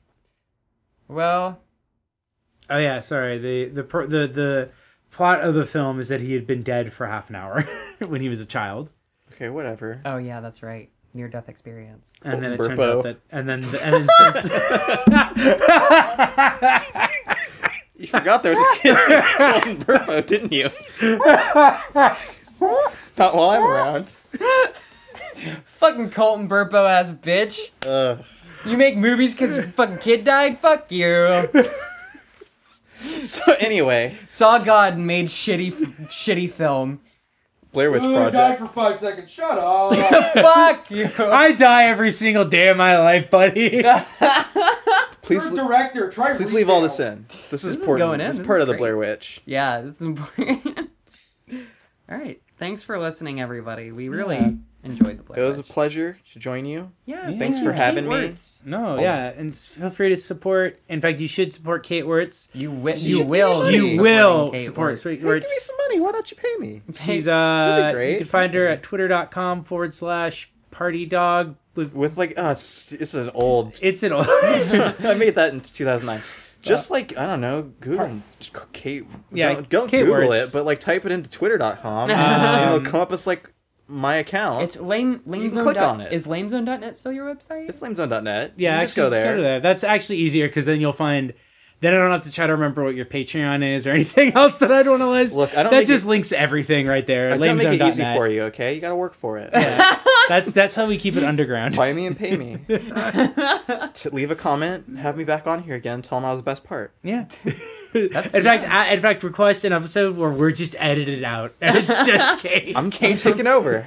Speaker 2: Well,
Speaker 1: Oh yeah, sorry. The the pro- the the plot of the film is that he had been dead for half an hour <laughs> when he was a child,
Speaker 3: Okay, whatever.
Speaker 2: oh yeah, that's right. Near death experience.
Speaker 1: and then it
Speaker 3: Colton
Speaker 1: turns out
Speaker 3: Burpo.
Speaker 1: that and then and then <laughs> since
Speaker 3: You forgot there was a kid <laughs> named Colin Burpo, didn't <laughs> you? Not while I'm around.
Speaker 2: Fucking Colton Burpo ass bitch.
Speaker 3: Ugh.
Speaker 2: You make movies cuz your fucking kid died? Fuck you.
Speaker 3: So anyway,
Speaker 2: Saw God and made shitty shitty film.
Speaker 3: Blair Witch
Speaker 4: Ooh, died
Speaker 3: Project.
Speaker 4: for five seconds. Shut up.
Speaker 2: Fuck you.
Speaker 1: I die every single day of my life,
Speaker 3: <laughs>
Speaker 1: buddy.
Speaker 3: <laughs> Please,
Speaker 4: You're a
Speaker 3: le-
Speaker 4: director. Try.
Speaker 3: please leave all
Speaker 4: retail.
Speaker 3: this in. This is
Speaker 2: is
Speaker 3: important.
Speaker 2: going in.
Speaker 3: This is
Speaker 2: This
Speaker 3: part
Speaker 2: is
Speaker 3: of the
Speaker 2: great.
Speaker 3: Blair Witch.
Speaker 2: yeah, this is important. <laughs> All right. Thanks for listening, everybody. We really
Speaker 1: Yeah.
Speaker 2: enjoyed the play.
Speaker 3: It was a pleasure to join you.
Speaker 2: yeah.
Speaker 1: Thanks for
Speaker 2: Kate
Speaker 3: having me.
Speaker 2: Wertz.
Speaker 1: No,
Speaker 3: Oh.
Speaker 1: yeah, and feel free to support. In fact, you should support Kate Wirtz.
Speaker 2: You, wi-
Speaker 3: should
Speaker 2: you,
Speaker 3: give me
Speaker 2: will.
Speaker 3: money.
Speaker 2: be
Speaker 1: You
Speaker 2: supporting
Speaker 1: will
Speaker 2: Kate
Speaker 1: support
Speaker 2: Wertz.
Speaker 1: Kate
Speaker 3: Hey, give me
Speaker 1: Wirtz.
Speaker 3: some money. Why don't you pay me?
Speaker 1: She's
Speaker 3: That'd
Speaker 1: uh,
Speaker 3: be great.
Speaker 1: you can find her at twitter.com forward slash party dog. With,
Speaker 3: With like, uh, it's, it's an old.
Speaker 1: it's an <laughs> old.
Speaker 3: <laughs> I made that in 2009. Just like I don't know, Google Kate.
Speaker 1: Uh, Yeah,
Speaker 3: don't, don't
Speaker 1: Kate
Speaker 3: Google
Speaker 1: Wertz.
Speaker 3: it, but like type it into Twitter.com, and
Speaker 1: Um,
Speaker 3: it'll come up as like my account.
Speaker 2: It's lame. lamezone
Speaker 3: click
Speaker 2: dot-
Speaker 3: on it.
Speaker 2: Is lamezone.net still your website?
Speaker 3: It's lamezone.net. You
Speaker 1: yeah,
Speaker 3: can
Speaker 1: actually,
Speaker 3: just go there.
Speaker 1: to there. That's actually easier because then you'll find. Then I don't have to try to remember what your Patreon is or <laughs> anything else that I'd want to list.
Speaker 3: Look, I don't
Speaker 1: That
Speaker 3: make
Speaker 1: just links to everything right there.
Speaker 3: I don't make it easy
Speaker 1: lamezone.net.
Speaker 3: for you, okay? You gotta work for it.
Speaker 1: That's that's how we keep it underground.
Speaker 3: <laughs> Buy me and
Speaker 1: <laughs>
Speaker 3: pay me. to leave a comment, have me back on here again. Tell them I was the best part. <laughs>
Speaker 1: Yeah. in fact, I, in fact, request an episode where we're just edited out. <laughs> And It's
Speaker 3: <laughs>
Speaker 1: just Kate.
Speaker 3: I'm, I'm taking over.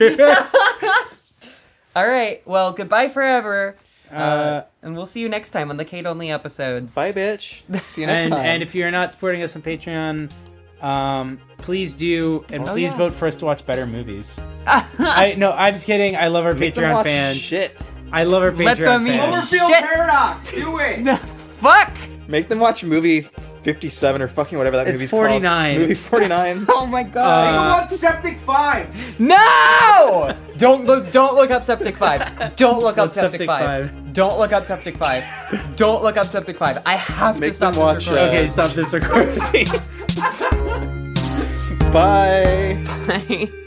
Speaker 2: All right. Well, goodbye forever.
Speaker 1: <laughs> Uh,
Speaker 2: and we'll see you next time on the Kate Only episodes.
Speaker 3: Bye, bitch. See you next
Speaker 1: and,
Speaker 3: time.
Speaker 1: and if you're not supporting us on Patreon, um, please do, and
Speaker 2: Oh,
Speaker 1: please
Speaker 2: yeah.
Speaker 1: vote for us to watch better movies. I no, I'm just kidding. I love our
Speaker 3: Make them
Speaker 1: Patreon
Speaker 3: watch
Speaker 1: fans.
Speaker 3: Shit.
Speaker 1: I love our
Speaker 2: Let
Speaker 1: Patreon
Speaker 2: them eat.
Speaker 1: fans.
Speaker 4: Cloverfield
Speaker 2: Shit.
Speaker 4: Paradox. Do
Speaker 1: <laughs>
Speaker 4: it.
Speaker 2: <laughs> Fuck!
Speaker 3: Make them watch movie 57 or fucking whatever that
Speaker 1: It's
Speaker 3: movie's
Speaker 1: 49.
Speaker 3: called. Movie 49.
Speaker 2: <laughs> Oh my god.
Speaker 1: Uh,
Speaker 4: Watch Septic Five.
Speaker 2: no! don't look don't look up Septic 5. Don't look up
Speaker 1: What's
Speaker 2: Septic,
Speaker 1: Septic
Speaker 2: 5. Don't look up Septic 5. don't look up Septic 5. I have
Speaker 3: Make
Speaker 2: to stop
Speaker 3: them watch, uh,
Speaker 2: this recording.
Speaker 1: Okay, stop this recording.
Speaker 3: Bye.
Speaker 2: <laughs> Okay.